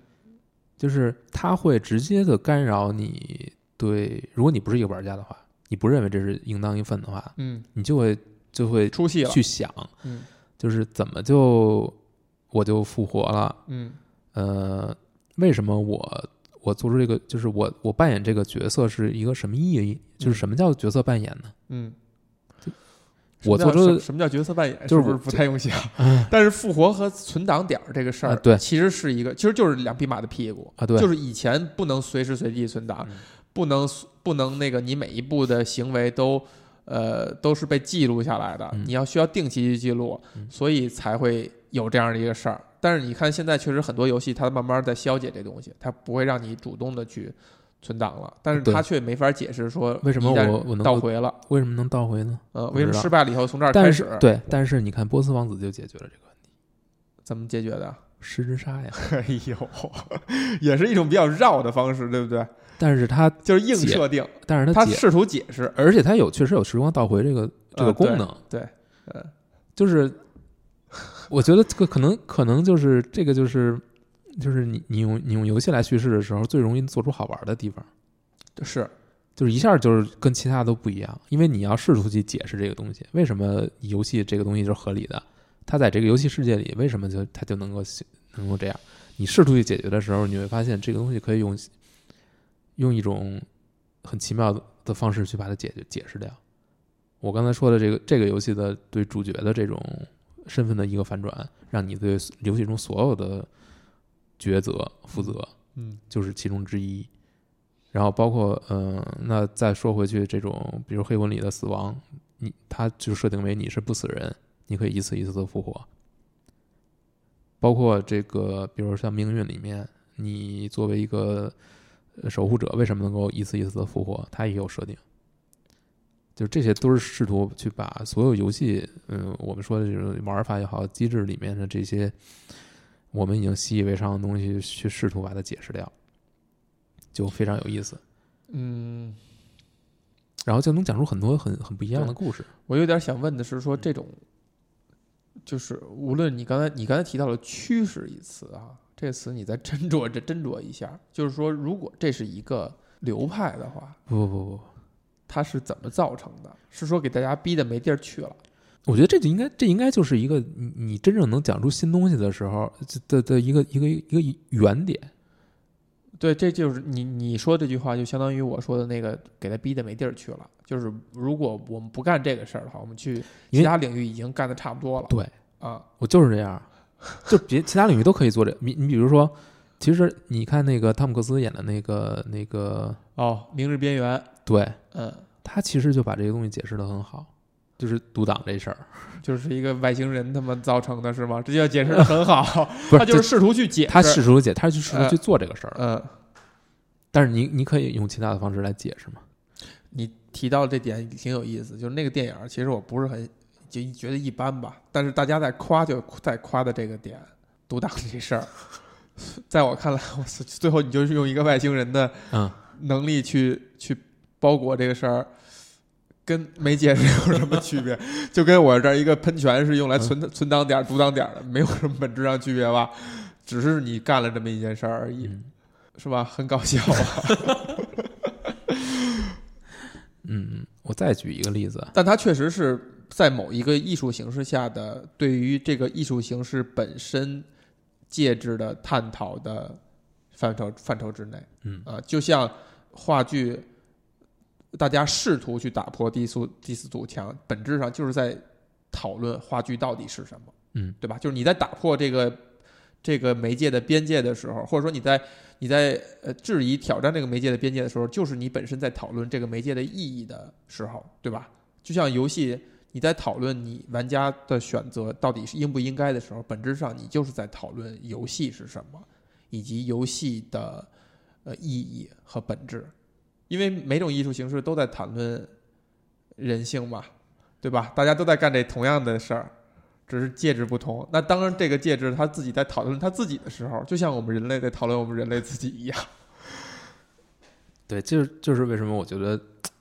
Speaker 2: 就是它会直接的干扰你对，如果你不是一个玩家的话，你不认为这是应当一份的话，
Speaker 1: 嗯，
Speaker 2: 你就会就会
Speaker 1: 出戏了。
Speaker 2: 去想，
Speaker 1: 嗯
Speaker 2: 就是怎么就我就复活了？
Speaker 1: 嗯
Speaker 2: 呃，为什么我我做出这个，就是我我扮演这个角色是一个什么意义？就是什么叫角色扮演呢？
Speaker 1: 嗯。
Speaker 2: 我
Speaker 1: 什么叫
Speaker 2: 做出
Speaker 1: 什什么叫角色扮演，
Speaker 2: 就是
Speaker 1: 不
Speaker 2: 我嗯
Speaker 1: 是不太用想？ 但是复活和存档点儿这个事儿、
Speaker 2: 啊对
Speaker 1: 其实是一个，其实就是两匹马的屁股，
Speaker 2: 啊，对，
Speaker 1: 就是以前不能随时随地存档，
Speaker 2: 嗯
Speaker 1: 不能不能那个你每一步的行为都。呃，都是被记录下来的，
Speaker 2: 嗯
Speaker 1: 你要需要定期去记录，
Speaker 2: 嗯
Speaker 1: 所以才会有这样的一个事儿。但是你看，现在确实很多游戏它慢慢在消解这东西，它不会让你主动的去存档了，但是
Speaker 2: 对
Speaker 1: 它却没法解释说
Speaker 2: 为什么
Speaker 1: 一旦
Speaker 2: 我我能
Speaker 1: 倒
Speaker 2: 够
Speaker 1: 回了，
Speaker 2: 为什么能倒回呢？
Speaker 1: 呃，
Speaker 2: 不
Speaker 1: 为什
Speaker 2: 知
Speaker 1: 么
Speaker 2: 道
Speaker 1: 失败了以后从这儿开
Speaker 2: 但
Speaker 1: 始
Speaker 2: 是？对，但是你看波斯王子就解决了这个问题，
Speaker 1: 怎么解决的？
Speaker 2: 失之杀呀，
Speaker 1: 哎呦，也是一种比较绕的方式，对不对？
Speaker 2: 但是他
Speaker 1: 就是硬
Speaker 2: 解
Speaker 1: 设定，
Speaker 2: 但是
Speaker 1: 他
Speaker 2: 解，
Speaker 1: 试图解释，
Speaker 2: 而且他有确实有时光倒回这个这个
Speaker 1: 呃对
Speaker 2: 功能，
Speaker 1: 对，呃，
Speaker 2: 就是我觉得这个可能可能就是这个就是就是你你用你用游戏来叙事的时候，最容易做出好玩的地方，
Speaker 1: 是，
Speaker 2: 就是一下就是跟其他都不一样，因为你要试图去解释这个东西，为什么游戏这个东西就是合理的，它在这个游戏世界里为什么就它就能够呃能够这样？你试图去解决的时候，你会发现这个东西可以用用一种很奇妙的方式去把它解决解释掉。我刚才说的这个这个游戏的对主角的这种身份的一个反转，让你对游戏中所有的抉择负责，
Speaker 1: 嗯
Speaker 2: 就是其中之一。然后包括嗯、呃那再说回去这种，比如黑魂里的死亡，你它就设定为你是不死人，你可以一次一次的复活。包括这个，比如像命运里面，你作为一个呃守护者，为什么能够一次一次的复活？它也有设定。就这些都是试图去把所有游戏，嗯，我们说的这种玩法也好，机制里面的这些我们已经习以为常的东西，去试图把它解释掉，就非常有意思。
Speaker 1: 嗯，
Speaker 2: 然后就能讲出很多很很不一样的故事。
Speaker 1: 我有点想问的是说这种，就是无论你刚才你刚才提到了趋势一词啊，这个词你再斟酌着斟酌一下，就是说如果这是一个流派的话，
Speaker 2: 不不不不，
Speaker 1: 它是怎么造成的？是说给大家逼得没地儿去了？
Speaker 2: 我觉得这就应该，这应该就是一个你你真正能讲出新东西的时候这的的一个一个一个原点。
Speaker 1: 对，这就是你你说这句话，就相当于我说的那个给他逼得没地儿去了。就是如果我们不干这个事儿的话，我们去
Speaker 2: 因为
Speaker 1: 其他领域已经干得差不多了。
Speaker 2: 对
Speaker 1: 啊，
Speaker 2: 我就是这 样，就别其他领域都可以做这。你你比如说，其实你看那个汤姆克斯演的那个那个，
Speaker 1: 哦，明日边缘，
Speaker 2: 对
Speaker 1: 嗯，
Speaker 2: 他其实就把这个东西解释的很好，就是独挡这事儿，
Speaker 1: 就是一个外星人他们造成的是吗？这就解释的很好，
Speaker 2: 不是
Speaker 1: 他就是试图去解释。
Speaker 2: 他试图解，他去试图
Speaker 1: 呃
Speaker 2: 去做这个事儿。
Speaker 1: 嗯，
Speaker 2: 但是你你可以用其他的方式来解释嘛？
Speaker 1: 你提到这点挺有意思，就是那个电影儿，其实我不是很就觉得一般吧，但是大家在夸就在夸的这个点，独挡这事 儿，在我看来，我操最后你就是用一个外星人的
Speaker 2: 嗯
Speaker 1: 能力去去包裹这个事儿。跟没解释有什么区别？就跟我这儿一个喷泉是用来存存档点儿、读档点儿的，没有什么本质上区别吧？只是你干了这么一件事儿而已，
Speaker 2: 嗯
Speaker 1: 是吧？很搞笑啊！
Speaker 2: 嗯，我再举一个例子啊，
Speaker 1: 但它确实是在某一个艺术形式下的对于这个艺术形式本身介质的探讨的范畴范畴之内
Speaker 2: 嗯
Speaker 1: 啊、就像话剧，大家试图去打破低俗低四堵墙，本质上就是在讨论话剧到底是什么，
Speaker 2: 嗯，
Speaker 1: 对吧？就是你在打破这个这个媒介的边界的时候，或者说你在你在呃质疑挑战这个媒介的边界的时候，就是你本身在讨论这个媒介的意义的时候，对吧？就像游戏，你在讨论你玩家的选择到底是应不应该的时候，本质上你就是在讨论游戏是什么，以及游戏的呃意义和本质，因为每种艺术形式都在谈论人性嘛，对吧？大家都在干这同样的事儿。只是介质不同，那当然，这个介质他自己在讨论他自己的时候，就像我们人类在讨论我们人类自己一样。
Speaker 2: 对，就是就是为什么我觉得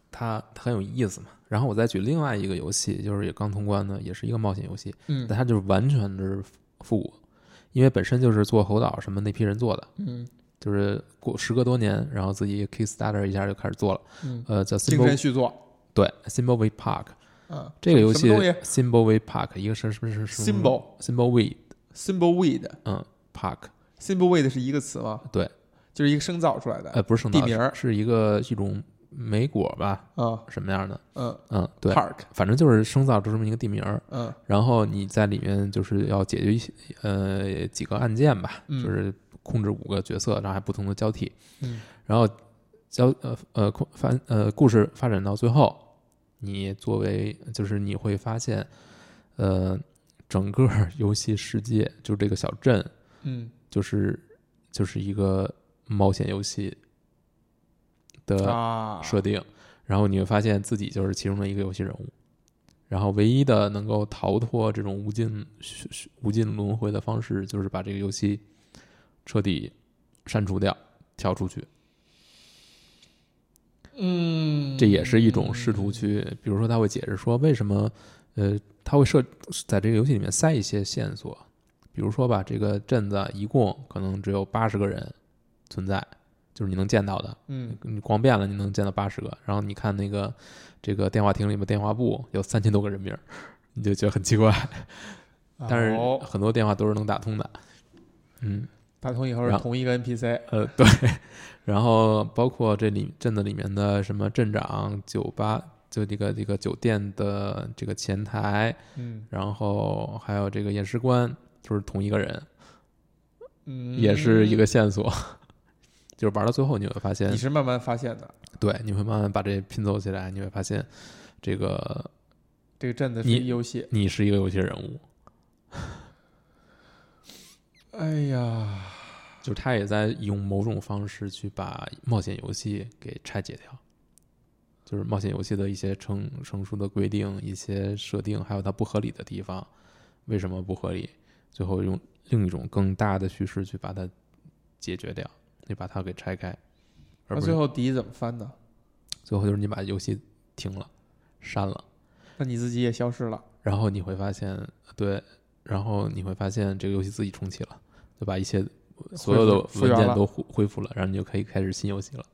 Speaker 2: 它它很有意思嘛。然后我再举另外一个游戏，就是也刚通关的，也是一个冒险游戏，
Speaker 1: 嗯
Speaker 2: 但它就是完全是复古，因为本身就是做猴岛什么那批人做的，
Speaker 1: 嗯
Speaker 2: 就是过时隔多年，然后自己 Kickstarter 一下就开始做了。
Speaker 1: 嗯，
Speaker 2: 呃，叫
Speaker 1: 精神
Speaker 2: Symbol
Speaker 1: 续作
Speaker 2: 对 Symbol Way Park
Speaker 1: 啊，
Speaker 2: 这个游
Speaker 1: 什
Speaker 2: 戏
Speaker 1: 么东西
Speaker 2: Symbol Way Park 一个是什么是什么
Speaker 1: symbol
Speaker 2: Symbol Way
Speaker 1: symbol weed
Speaker 2: 嗯 Park
Speaker 1: symbol weed 是一个词吗？
Speaker 2: 对，
Speaker 1: 就是一个生造出来的
Speaker 2: 呃不是圣
Speaker 1: 地
Speaker 2: 岛
Speaker 1: 名儿
Speaker 2: 是一个一种莓果吧
Speaker 1: 啊，
Speaker 2: 什么样的
Speaker 1: 嗯
Speaker 2: 嗯呃对
Speaker 1: ，park，
Speaker 2: 反正就是生造出这么一个地名儿，
Speaker 1: 嗯
Speaker 2: 然后你在里面就是要解决一些呃几个案件吧，
Speaker 1: 嗯
Speaker 2: 就是控制五个角色，然后还不同的交替，
Speaker 1: 嗯
Speaker 2: 然后交呃呃控发呃故事发展到最后，你作为就是你会发现，呃，整个儿游戏世界就这个小镇
Speaker 1: 嗯
Speaker 2: 就是就是一个冒险游戏的
Speaker 1: 啊，
Speaker 2: 设定，然后你会发现自己就是其中的一个游戏人物，然后唯一的能够逃脱这种无尽循循无尽轮回的方式，就是把这个游戏彻底删除掉，跳出去。
Speaker 1: 嗯，
Speaker 2: 这也是一种试图去，比如说他会解释说为什么，呃，他会设在这个游戏里面塞一些线索，比如说吧，这个镇子啊一共可能只有八十个人存在，就是你能见到的，
Speaker 1: 嗯
Speaker 2: 你光变了，你能见到八十个。然后你看那个这个电话亭里面电话簿有三千多个人名儿，你就觉得很奇
Speaker 1: 哦
Speaker 2: 怪。
Speaker 1: 嗯，
Speaker 2: 但是
Speaker 1: 哦
Speaker 2: 很多电话都是能打通的。嗯，
Speaker 1: 打通以后是
Speaker 2: 然后
Speaker 1: 同一个 NPC，
Speaker 2: 呃， 对。然后包括这里镇子里面的什么镇长、酒吧就这个这个酒店的这个前台，
Speaker 1: 嗯，
Speaker 2: 然后还有这个验尸官，就是同一个人，
Speaker 1: 嗯
Speaker 2: 也是一个。线索。 就是玩到最后，你会发现
Speaker 1: 你，是慢慢发现的，
Speaker 2: 对，你会慢慢把这拼凑起来，你会发现，这个
Speaker 1: 这个镇子是
Speaker 2: 你
Speaker 1: 一游戏。
Speaker 2: 你是一个游戏人物，
Speaker 1: 哎呀，
Speaker 2: 就是他也在用某种方式去把冒险游戏给拆解掉，就是冒险游戏的一些成成熟的规定、一些设定，还有它不合理的地方，为什么不合理？最后用另一种更大的叙事去把它解决掉，你把它给拆开，
Speaker 1: 那
Speaker 2: 而不是
Speaker 1: 最后底怎么翻呢？
Speaker 2: 最后就是你把游戏停了、删了，
Speaker 1: 那你自己也消失了。
Speaker 2: 然后你会发现，对，然后你会发现这个游戏自己重启了，就把一切所有
Speaker 1: 恢
Speaker 2: 的
Speaker 1: 复
Speaker 2: 文
Speaker 1: 原
Speaker 2: 件
Speaker 1: 了
Speaker 2: 都恢恢复了，然后你就可以开始新游戏了。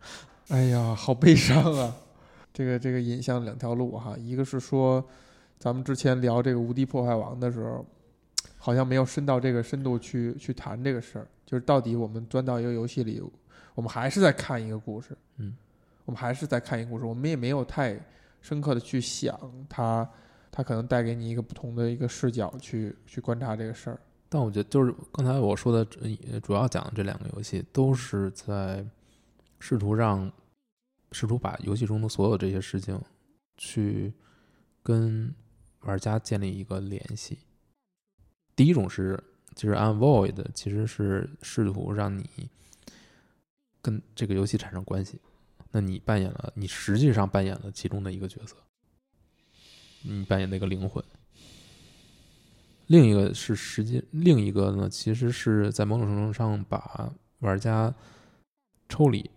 Speaker 1: 哎呀，好悲伤啊！ 这个这个引向两条路哈，一个是说，咱们之前聊这个《无敌破坏王》的时候，好像没有深到这个深度去去谈这个事儿，就是到底我们钻到一个游戏里，我们还是在看一个故事，
Speaker 2: 嗯，
Speaker 1: 我们还是在看一个故事，我们也没有太深刻的去想它，它可能带给你一个不同的一个视角去去观察这个事儿，
Speaker 2: 但我觉得就是刚才我说的，呃主要讲的这两个游戏都是在试图让试图把游戏中的所有这些事情去跟玩家建立一个联系。第一种是就是 Unvoid，其实是试图让你跟这个游戏产生关系。那你扮演了，你实际上扮演了其中的一个角色，你扮演那个灵魂。另一个是时间，另一个呢，其实是在某种程度上把玩家抽离，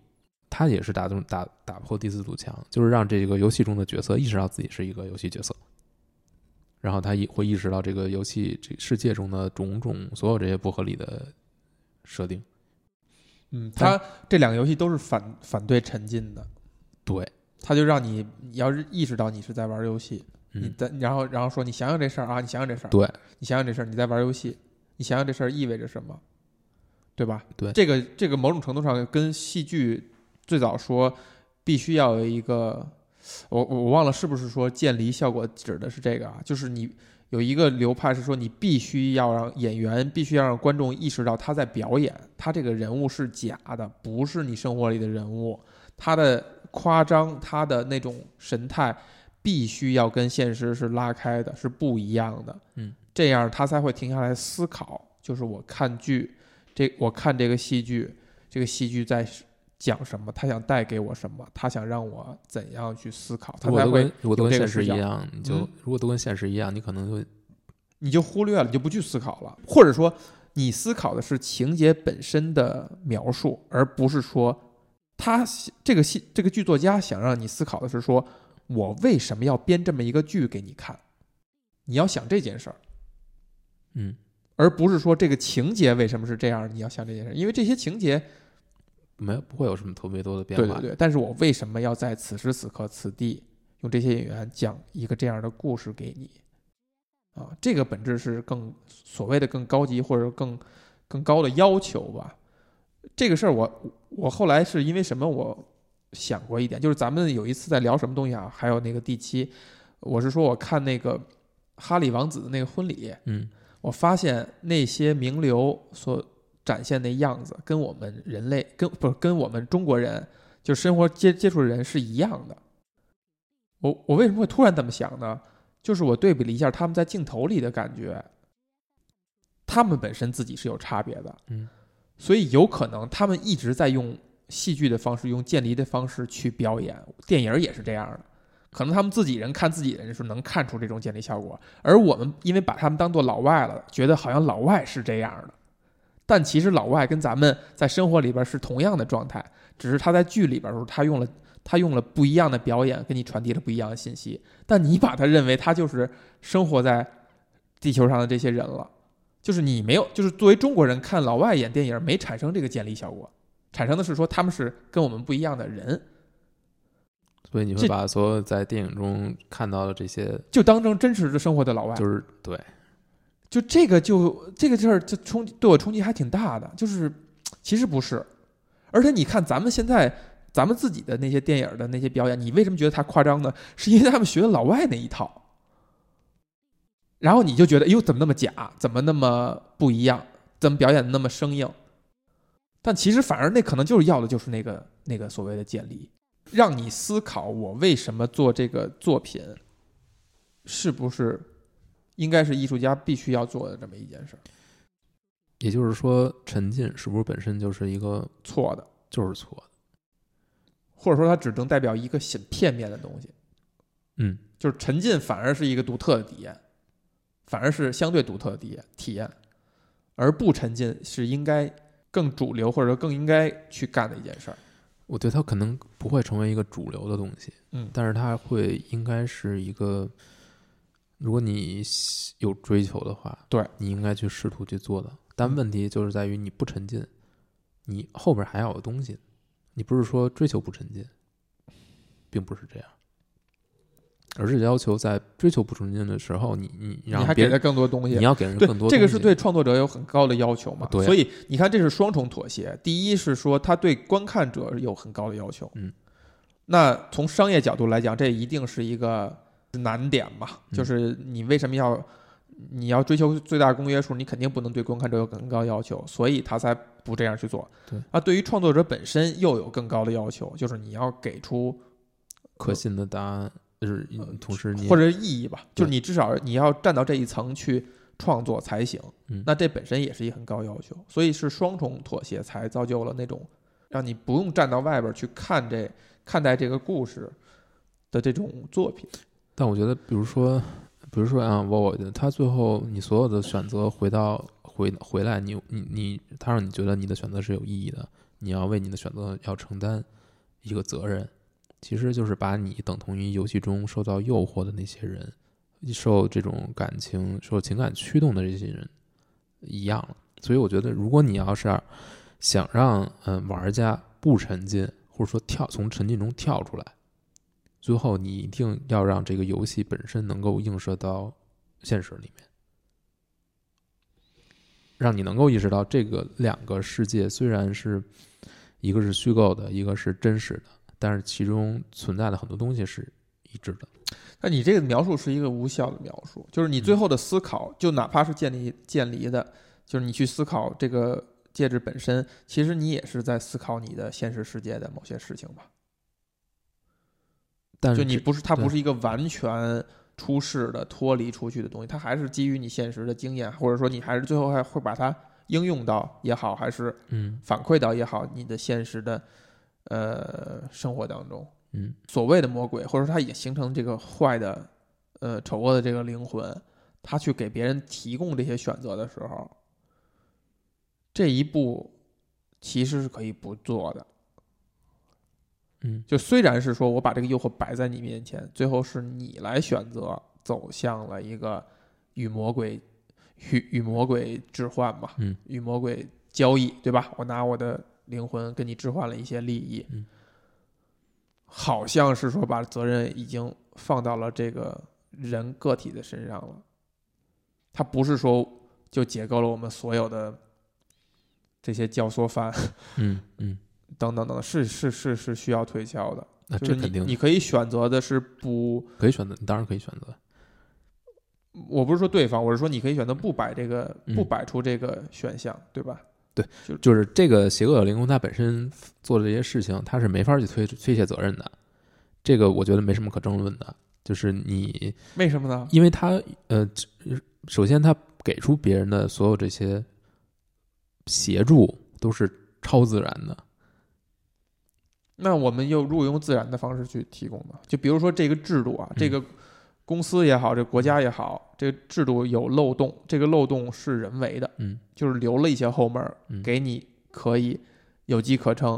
Speaker 2: 他也是打动打打破第四堵墙，就是让这个游戏中的角色意识到自己是一个游戏角色，然后他也会意识到这个游戏这世界中的种种所有这些不合理的设定。
Speaker 1: 嗯，它这两个游戏都是反反对沉浸的，
Speaker 2: 对，
Speaker 1: 它就让你你要是意识到你是在玩游戏。你
Speaker 2: 嗯，
Speaker 1: 在，然后然后说你想想这事儿啊，你想想这事儿，
Speaker 2: 对，
Speaker 1: 你想想这事儿，你在玩游戏，你想想这事儿意味着什么，对吧？
Speaker 2: 对
Speaker 1: 这个这个某种程度上跟戏剧最早说必须要有一个，我我我忘了是不是说渐离效果指的是这个啊？就是你有一个流派是说你必须要让演员必须要让观众意识到他在表演，他这个人物是假的，不是你生活里的人物，他的夸张，他的那种神态。必须要跟现实是拉开的，是不一样的。这样他才会停下来思考，就是我看剧，这我看这个戏剧，这个戏剧在讲什么，他想带给我什么，他想让我怎样去思考，他
Speaker 2: 如果
Speaker 1: 才
Speaker 2: 都
Speaker 1: 会
Speaker 2: 跟，如果都
Speaker 1: 有
Speaker 2: 跟
Speaker 1: 这个
Speaker 2: 现
Speaker 1: 视
Speaker 2: 实一
Speaker 1: 角
Speaker 2: 样，你就
Speaker 1: 嗯
Speaker 2: 如果都跟现实一样，你可能就
Speaker 1: 你就忽略了，你就不去思考了，或者说你思考的是情节本身的描述，而不是说他这个戏这个剧作家想让你思考的是说我为什么要编这么一个剧给你看，你要想这件事儿。
Speaker 2: 嗯，
Speaker 1: 而不是说这个情节为什么是这样，你要想这件事，因为这些情节
Speaker 2: 没有不会有什么特别多的变
Speaker 1: 对
Speaker 2: 化。
Speaker 1: 对对，但是我为什么要在此时此刻此地用这些演员讲一个这样的故事给你？啊，这个本质是更所谓的更高级或者更更高的要求吧。这个事儿我我后来是因为什么我想过一点，就是咱们有一次在聊什么东西啊，还有那个第七，我是说我看那个哈利王子的那个婚礼，
Speaker 2: 嗯，
Speaker 1: 我发现那些名流所展现的样子，跟我们人类跟不是跟我们中国人就生活接接触的人是一样的。我我为什么会突然这么想呢？就是我对比了一下他们在镜头里的感觉，他们本身自己是有差别的，
Speaker 2: 嗯，
Speaker 1: 所以有可能他们一直在用戏剧的方式，用渐离的方式去表演，电影也是这样的。可能他们自己人看自己人的时候能看出这种渐离效果，而我们因为把他们当做老外了，觉得好像老外是这样的，但其实老外跟咱们在生活里边是同样的状态，只是他在剧里边的时候，他用了他用了不一样的表演，给你传递了不一样的信息，但你把他认为他就是生活在地球上的这些人了，就是你没有，就是作为中国人看老外演电影没产生这个建立效果，产生的是说他们是跟我们不一样的人，
Speaker 2: 所以你会
Speaker 1: 这
Speaker 2: 把所有在电影中看到的这些，
Speaker 1: 就当成真实的生活的老外，
Speaker 2: 就是对，
Speaker 1: 就这个就这个事儿，就冲击对我冲击还挺大的。就是其实不是，而且你看咱们现在咱们自己的那些电影的那些表演，你为什么觉得他夸张呢？是因为他们学老外那一套，然后你就觉得，哎呦，怎么那么假？怎么那么不一样？怎么表演的那么生硬？但其实反而那可能就是要的就是那个那个所谓的建立，让你思考我为什么做这个作品，是不是应该是艺术家必须要做的这么一件事儿？
Speaker 2: 也就是说，沉浸是不是本身就是一个
Speaker 1: 错的，
Speaker 2: 就是错的？
Speaker 1: 或者说它只能代表一个很片面的东西，
Speaker 2: 嗯，
Speaker 1: 就是沉浸反而是一个独特的体验，反而是相对独特的体验体验，而不沉浸是应该更主流或者说更应该去干的一件事儿。
Speaker 2: 我觉得它可能不会成为一个主流的东西，
Speaker 1: 嗯
Speaker 2: 但是它会应该是一个，如果你喜有追求的话，
Speaker 1: 对
Speaker 2: 你应该去试图去做的。但
Speaker 1: 嗯
Speaker 2: 问题就是在于你不沉浸，你后边还要有东西，你不是说追求不沉浸，并不是这样，而是要求在追求不沉浸的时候，你你
Speaker 1: 你
Speaker 2: 让
Speaker 1: 还
Speaker 2: 别
Speaker 1: 给
Speaker 2: 人
Speaker 1: 他更多东西
Speaker 2: 你，要给人
Speaker 1: 对
Speaker 2: 更多，
Speaker 1: 这个
Speaker 2: 东
Speaker 1: 是
Speaker 2: 西
Speaker 1: 对创作者有很高的要求嘛。
Speaker 2: 对啊
Speaker 1: 所以你看，这是双重妥协。第一是说他对观看者有很高的要求，
Speaker 2: 嗯，
Speaker 1: 那从商业角度来讲，这一定是一个难点嘛，
Speaker 2: 嗯
Speaker 1: 就是你为什么要？你要追求最大公约数，你肯定不能对观看者有更高要求，所以他才不这样去做。
Speaker 2: 对
Speaker 1: 啊，对于创作者本身又有更高的要求，就是你要给出
Speaker 2: 可信的答案，就是同时你
Speaker 1: 呃或者意义吧，
Speaker 2: 对
Speaker 1: 就是你至少你要站到这一层去创作才行。
Speaker 2: 嗯
Speaker 1: 那这本身也是一个很高要求，所以是双重妥协才造就了那种让你不用站到外边去看这看待这个故事的这种作品。
Speaker 2: 但我觉得，比如说，比如说啊，我我他最后你所有的选择回到回回来，你你你，他让你觉得你的选择是有意义的，你要为你的选择要承担一个责任，其实就是把你等同于游戏中受到诱惑的那些人，受这种感情、受情感驱动的这些人一样了。所以我觉得，如果你要是想让嗯、玩家不沉浸，或者说跳从沉浸中跳出来。最后你一定要让这个游戏本身能够映射到现实里面，让你能够意识到这个两个世界虽然是一个是虚构的，一个是真实的，但是其中存在的很多东西是一致的。
Speaker 1: 那你这个描述是一个无效的描述，就是你
Speaker 2: 嗯
Speaker 1: 最后的思考，就哪怕是建立建立的，就是你去思考这个戒指本身，其实你也是在思考你的现实世界的某些事情吧。
Speaker 2: 但是
Speaker 1: 就你
Speaker 2: 这
Speaker 1: 不是它
Speaker 2: 对
Speaker 1: 不是一个完全出世的、脱离出去的东西，它还是基于你现实的经验，或者说你还是最后还会把它应用到也好，还是
Speaker 2: 嗯
Speaker 1: 反馈到也好，你的现实的呃生活当中，
Speaker 2: 嗯
Speaker 1: 所谓的魔鬼，或者说它也形成这个坏的呃丑恶的这个灵魂，他去给别人提供这些选择的时候，这一步其实是可以不做的。
Speaker 2: 嗯
Speaker 1: 就虽然是说我把这个诱惑摆在你面前，最后是你来选择走向了一个与魔鬼与与魔鬼置换嘛，
Speaker 2: 嗯，
Speaker 1: 与魔鬼交易，对吧？我拿我的灵魂跟你置换了一些利益，
Speaker 2: 嗯，
Speaker 1: 好像是说把责任已经放到了这个人个体的身上了，他不是说就解构了我们所有的这些教唆犯
Speaker 2: 嗯嗯，
Speaker 1: 等等等，是是是是需要推敲的。
Speaker 2: 那
Speaker 1: 就是
Speaker 2: 啊这
Speaker 1: 你
Speaker 2: 肯定
Speaker 1: 你可以选择的是不，
Speaker 2: 可以选择，你当然可以选择。
Speaker 1: 我不是说对方，我是说你可以选择不摆这个，
Speaker 2: 嗯
Speaker 1: 不摆出这个选项，对吧？
Speaker 2: 就是这个邪恶灵魂它本身做的这些事情，它是没法去推推卸责任的，这个我觉得没什么可争论的。就是你
Speaker 1: 为什么呢？
Speaker 2: 因为他呃，只首先他给出别人的所有这些协助都是超自然的，
Speaker 1: 那我们又如果用自然的方式去提供呢？就比如说这个制度啊，
Speaker 2: 嗯
Speaker 1: 这个公司也好，这个国家也好，这个制度有漏洞，这个漏洞是人为的，
Speaker 2: 嗯
Speaker 1: 就是留了一些后门儿
Speaker 2: 嗯
Speaker 1: 给你可以有机可乘。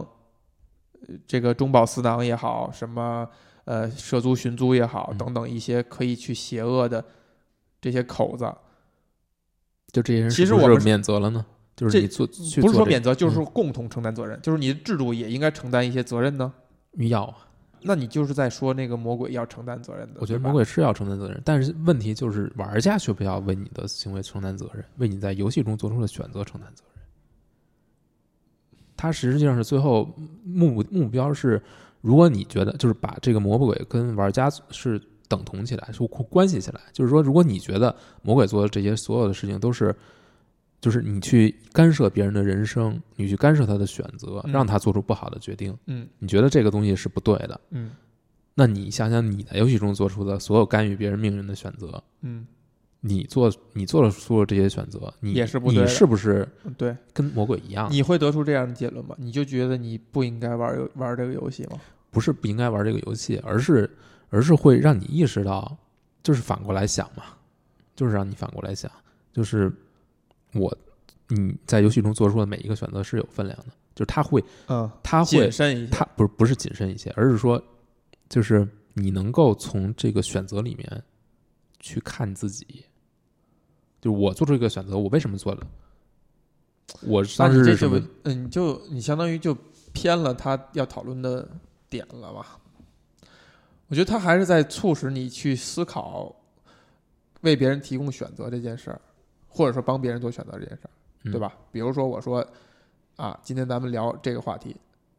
Speaker 1: 呃这个中饱私囊也好，什么呃涉租寻租也好，
Speaker 2: 嗯
Speaker 1: 等等一些可以去邪恶的这些口子，
Speaker 2: 就这些人
Speaker 1: 其实
Speaker 2: 是不是
Speaker 1: 我们是
Speaker 2: 免责了呢，就是
Speaker 1: 这
Speaker 2: 你做去
Speaker 1: 不是
Speaker 2: 做
Speaker 1: 说
Speaker 2: 这
Speaker 1: 免责，就是
Speaker 2: 嗯
Speaker 1: 说共同承担责任，就是你的制度也应该承担一些责任呢。
Speaker 2: 要啊，
Speaker 1: 那你就是在说那个魔鬼要承担责任的。
Speaker 2: 我觉得
Speaker 1: 对吧
Speaker 2: 魔鬼是要承担责任，但是问题就是玩家需不需要为你的行为承担责任，为你在游戏中做出的选择承担责任。它实际上是最后目目标是，如果你觉得就是把这个魔鬼跟玩家是等同起来，是关系起来，就是说，如果你觉得魔鬼做的这些所有的事情都是，就是你去干涉别人的人生，你去干涉他的选择，
Speaker 1: 嗯
Speaker 2: 让他做出不好的决定，
Speaker 1: 嗯
Speaker 2: 你觉得这个东西是不对的，
Speaker 1: 嗯
Speaker 2: 那你想想你在游戏中做出的所有干预别人命运的选择，
Speaker 1: 嗯，
Speaker 2: 你做你做了所有这些选择，你
Speaker 1: 也是不对的
Speaker 2: 你是不是
Speaker 1: 对，
Speaker 2: 跟魔鬼一样？
Speaker 1: 你会得出这样的结论吗？你就觉得你不应该玩游玩这个游戏吗？
Speaker 2: 不是不应该玩这个游戏，而是而是会让你意识到，就是反过来想嘛，就是让你反过来想，就是我你在游戏中做出的每一个选择是有分量的，就是他会
Speaker 1: 嗯，
Speaker 2: 他会
Speaker 1: 谨慎一些。
Speaker 2: 他不是不是谨慎一些，而是说就是你能够从这个选择里面去看自己，就是我做出一个选择，我为什么做的？我
Speaker 1: 那
Speaker 2: 当
Speaker 1: 你
Speaker 2: 时
Speaker 1: 这
Speaker 2: 是什
Speaker 1: 就
Speaker 2: 么？
Speaker 1: 嗯，你就你相当于就偏了他要讨论的点了吧？我觉得他还是在促使你去思考为别人提供选择这件事儿，或者说帮别人做选择这件事儿，对
Speaker 2: 嗯
Speaker 1: 吧？比如说我说啊，今天咱们聊这个话题，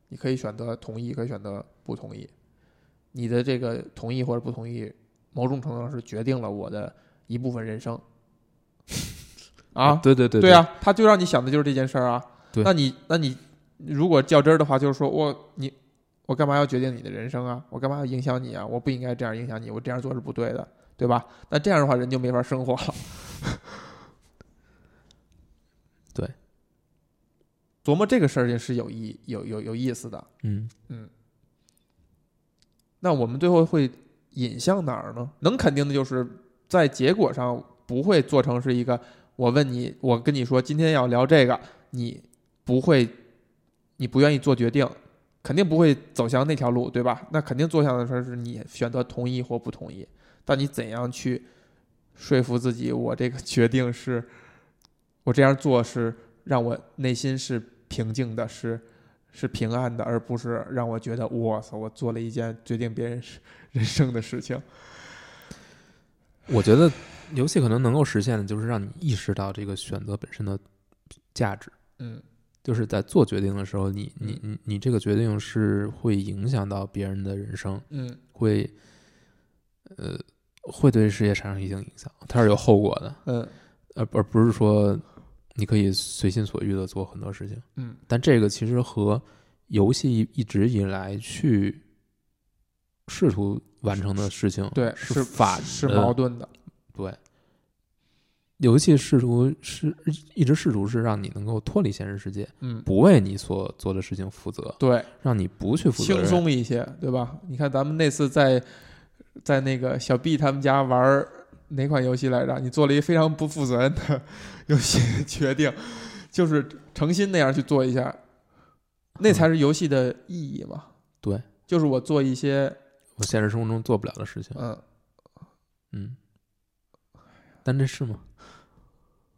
Speaker 1: 你可以选择同意，可以选择不同意。你的这个同意或者不同意，某种程度上是决定了我的一部分人 生。啊，
Speaker 2: 对对对
Speaker 1: 对，啊，他就让你想的就是这件事儿啊。
Speaker 2: 对
Speaker 1: 那你那你如果较真儿的话，就是说我你我干嘛要决定你的人生啊？我干嘛要影响你啊？我不应该这样影响你，我这样做是不对的，对吧？那这样的话，人就没法生活了。
Speaker 2: 对，
Speaker 1: 琢磨这个事儿也是有意有有有意思的。
Speaker 2: 嗯，
Speaker 1: 那我们最后会引向哪儿呢？能肯定的就是，在结果上不会做成是一个我问你，我跟你说今天要聊这个，你不会，你不愿意做决定，肯定不会走向那条路，对吧？那肯定做向的事儿是你选择同意或不同意，但你怎样去说服自己，我这个决定是，我这样做是让我内心是平静的，是是平安的，而不是让我觉得我操，我做了一件决定别人是人生的事情。
Speaker 2: 我觉得游戏可能能够实现的就是让你意识到这个选择本身的价值，
Speaker 1: 嗯
Speaker 2: 就是在做决定的时候，你你你你这个决定是会影响到别人的人生，
Speaker 1: 嗯，
Speaker 2: 会呃会对世界产生一定影响，它是有后果的。
Speaker 1: 嗯
Speaker 2: 而而不是说你可以随心所欲的做很多事情。
Speaker 1: 嗯，
Speaker 2: 但这个其实和游戏一直以来去试图完成的事情，
Speaker 1: 对，
Speaker 2: 是
Speaker 1: 是
Speaker 2: 反
Speaker 1: 是
Speaker 2: 的
Speaker 1: 矛盾的。
Speaker 2: 对。游戏试图是一直试图是让你能够脱离现实世界，
Speaker 1: 嗯，
Speaker 2: 不为你所做的事情负责，
Speaker 1: 对，
Speaker 2: 让你不去负责
Speaker 1: 轻
Speaker 2: 任。
Speaker 1: 松一些，对吧？你看咱们那次在在那个小 B 他们家玩儿哪款游戏来着？你做了一非常不负责任的游戏决定，就是诚心那样去做一下，那
Speaker 2: 嗯
Speaker 1: 才是游戏的意义嘛。
Speaker 2: 对，
Speaker 1: 就是我做一些
Speaker 2: 我现实生活中做不了的事情。
Speaker 1: 嗯
Speaker 2: 嗯，但这是吗？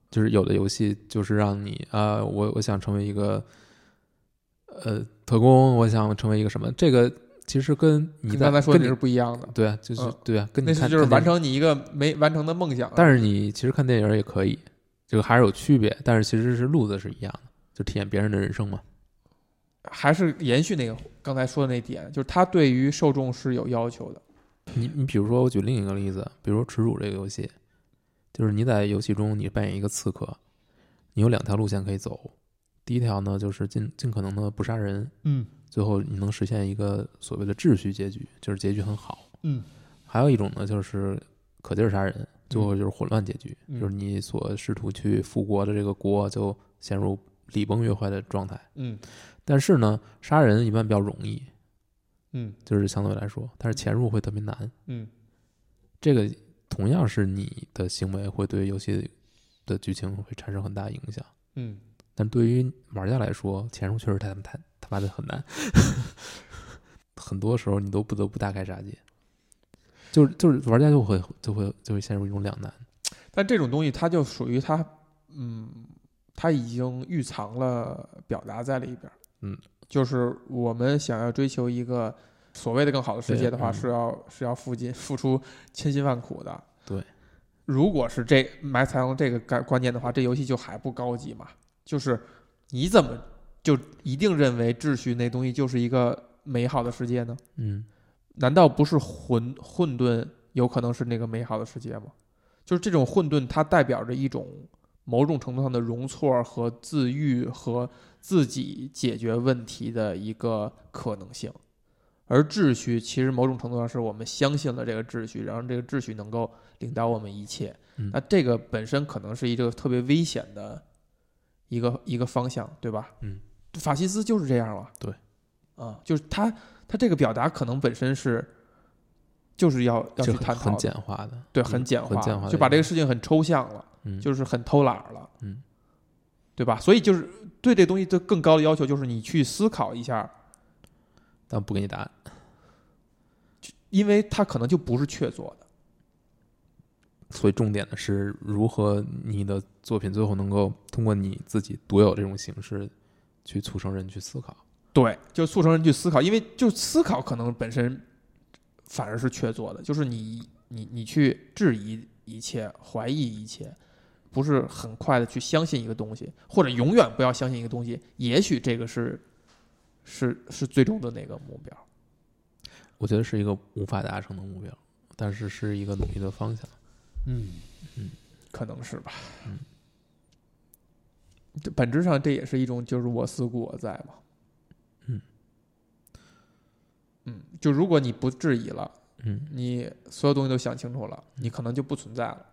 Speaker 2: 就是有的游戏就是让你啊、我我想成为一个呃特工，我想成为一个什么？这个其实跟你
Speaker 1: 跟
Speaker 2: 在
Speaker 1: 刚才说的
Speaker 2: 跟
Speaker 1: 是
Speaker 2: 你
Speaker 1: 不一样的，
Speaker 2: 对啊，就是、
Speaker 1: 嗯
Speaker 2: 对啊，跟你
Speaker 1: 那
Speaker 2: 看
Speaker 1: 是就是
Speaker 2: 看电
Speaker 1: 完成
Speaker 2: 影，
Speaker 1: 你一个没完成的梦想。
Speaker 2: 但是你其实看电影也可以，这个还是有区别，但是其实是路子是一样的，就体验别人的人生嘛。
Speaker 1: 还是延续那个刚才说的那点，就是他对于受众是有要求的。
Speaker 2: 你你比如说，我举另一个例子，比如说《耻辱》这个游戏，就是你在游戏中你扮演一个刺客，你有两条路线可以走。第一条呢，就是尽尽可能的不杀人，
Speaker 1: 嗯
Speaker 2: 最后你能实现一个所谓的秩序结局，就是结局很好。
Speaker 1: 嗯
Speaker 2: 还有一种呢，就是可劲儿杀人，最后就是混乱结局，
Speaker 1: 嗯
Speaker 2: 就是你所试图去复国的这个国就陷入礼崩乐坏的状态。
Speaker 1: 嗯
Speaker 2: 但是呢，杀人一般比较容易，
Speaker 1: 嗯
Speaker 2: 就是相对来说，但是潜入会特别难。
Speaker 1: 嗯
Speaker 2: 这个同样是你的行为会对游戏的剧情会产生很大影响，
Speaker 1: 嗯，
Speaker 2: 但对于玩家来说，潜入确实太太他妈的很难， 很多时候你都不得不大开杀戒，就是就是玩家就会就会就会陷入一种两难。
Speaker 1: 但这种东西它就属于它，嗯，它已经预藏了表达在里边儿。
Speaker 2: 嗯，
Speaker 1: 就是我们想要追求一个所谓的更好的世界的话，
Speaker 2: 对嗯
Speaker 1: 是要是要付尽付出千辛万苦的。
Speaker 2: 对，
Speaker 1: 如果是这埋藏了这个概观念的话，这游戏就还不高级嘛？就是你怎么就一定认为秩序那东西就是一个美好的世界呢？
Speaker 2: 嗯，
Speaker 1: 难道不是混混沌有可能是那个美好的世界吗？就是这种混沌，它代表着一种某种程度上的容错和自愈和自己解决问题的一个可能性。而秩序其实某种程度上是我们相信了这个秩序，然后这个秩序能够领导我们一切。
Speaker 2: 嗯
Speaker 1: 那这个本身可能是一个特别危险的一个一个方向，对吧？
Speaker 2: 嗯，
Speaker 1: 法西斯就是这样了。
Speaker 2: 对，
Speaker 1: 啊，就是他他这个表达可能本身是就是要要去
Speaker 2: 就很
Speaker 1: 探讨
Speaker 2: 很
Speaker 1: 的，
Speaker 2: 简化的，
Speaker 1: 对，
Speaker 2: 嗯
Speaker 1: 很简化，
Speaker 2: 很简化的一个，
Speaker 1: 就把这个事情很抽象了，
Speaker 2: 嗯
Speaker 1: 就是很偷懒儿了，
Speaker 2: 嗯，
Speaker 1: 对吧？所以就是对这东西的更高的要求就是你去思考一下，
Speaker 2: 但不给你答案，
Speaker 1: 因为它可能就不是确凿的。
Speaker 2: 所以重点的是如何你的作品最后能够通过你自己独有这种形式去促成人去思考。
Speaker 1: 对，就促成人去思考，因为就思考可能本身反而是确凿的，就是你你你去质疑一切，怀疑一切，不是很快的去相信一个东西，或者永远不要相信一个东西，也许这个是是是最终的那个目标。
Speaker 2: 我觉得是一个无法达成的目标，但是是一个努力的方向。
Speaker 1: 嗯
Speaker 2: 嗯，
Speaker 1: 可能是吧。
Speaker 2: 嗯
Speaker 1: 这本质上这也是一种就是我思故我在嘛。
Speaker 2: 嗯
Speaker 1: 嗯，就如果你不质疑了，
Speaker 2: 嗯
Speaker 1: 你所有东西都想清楚了，你可能就不存在了。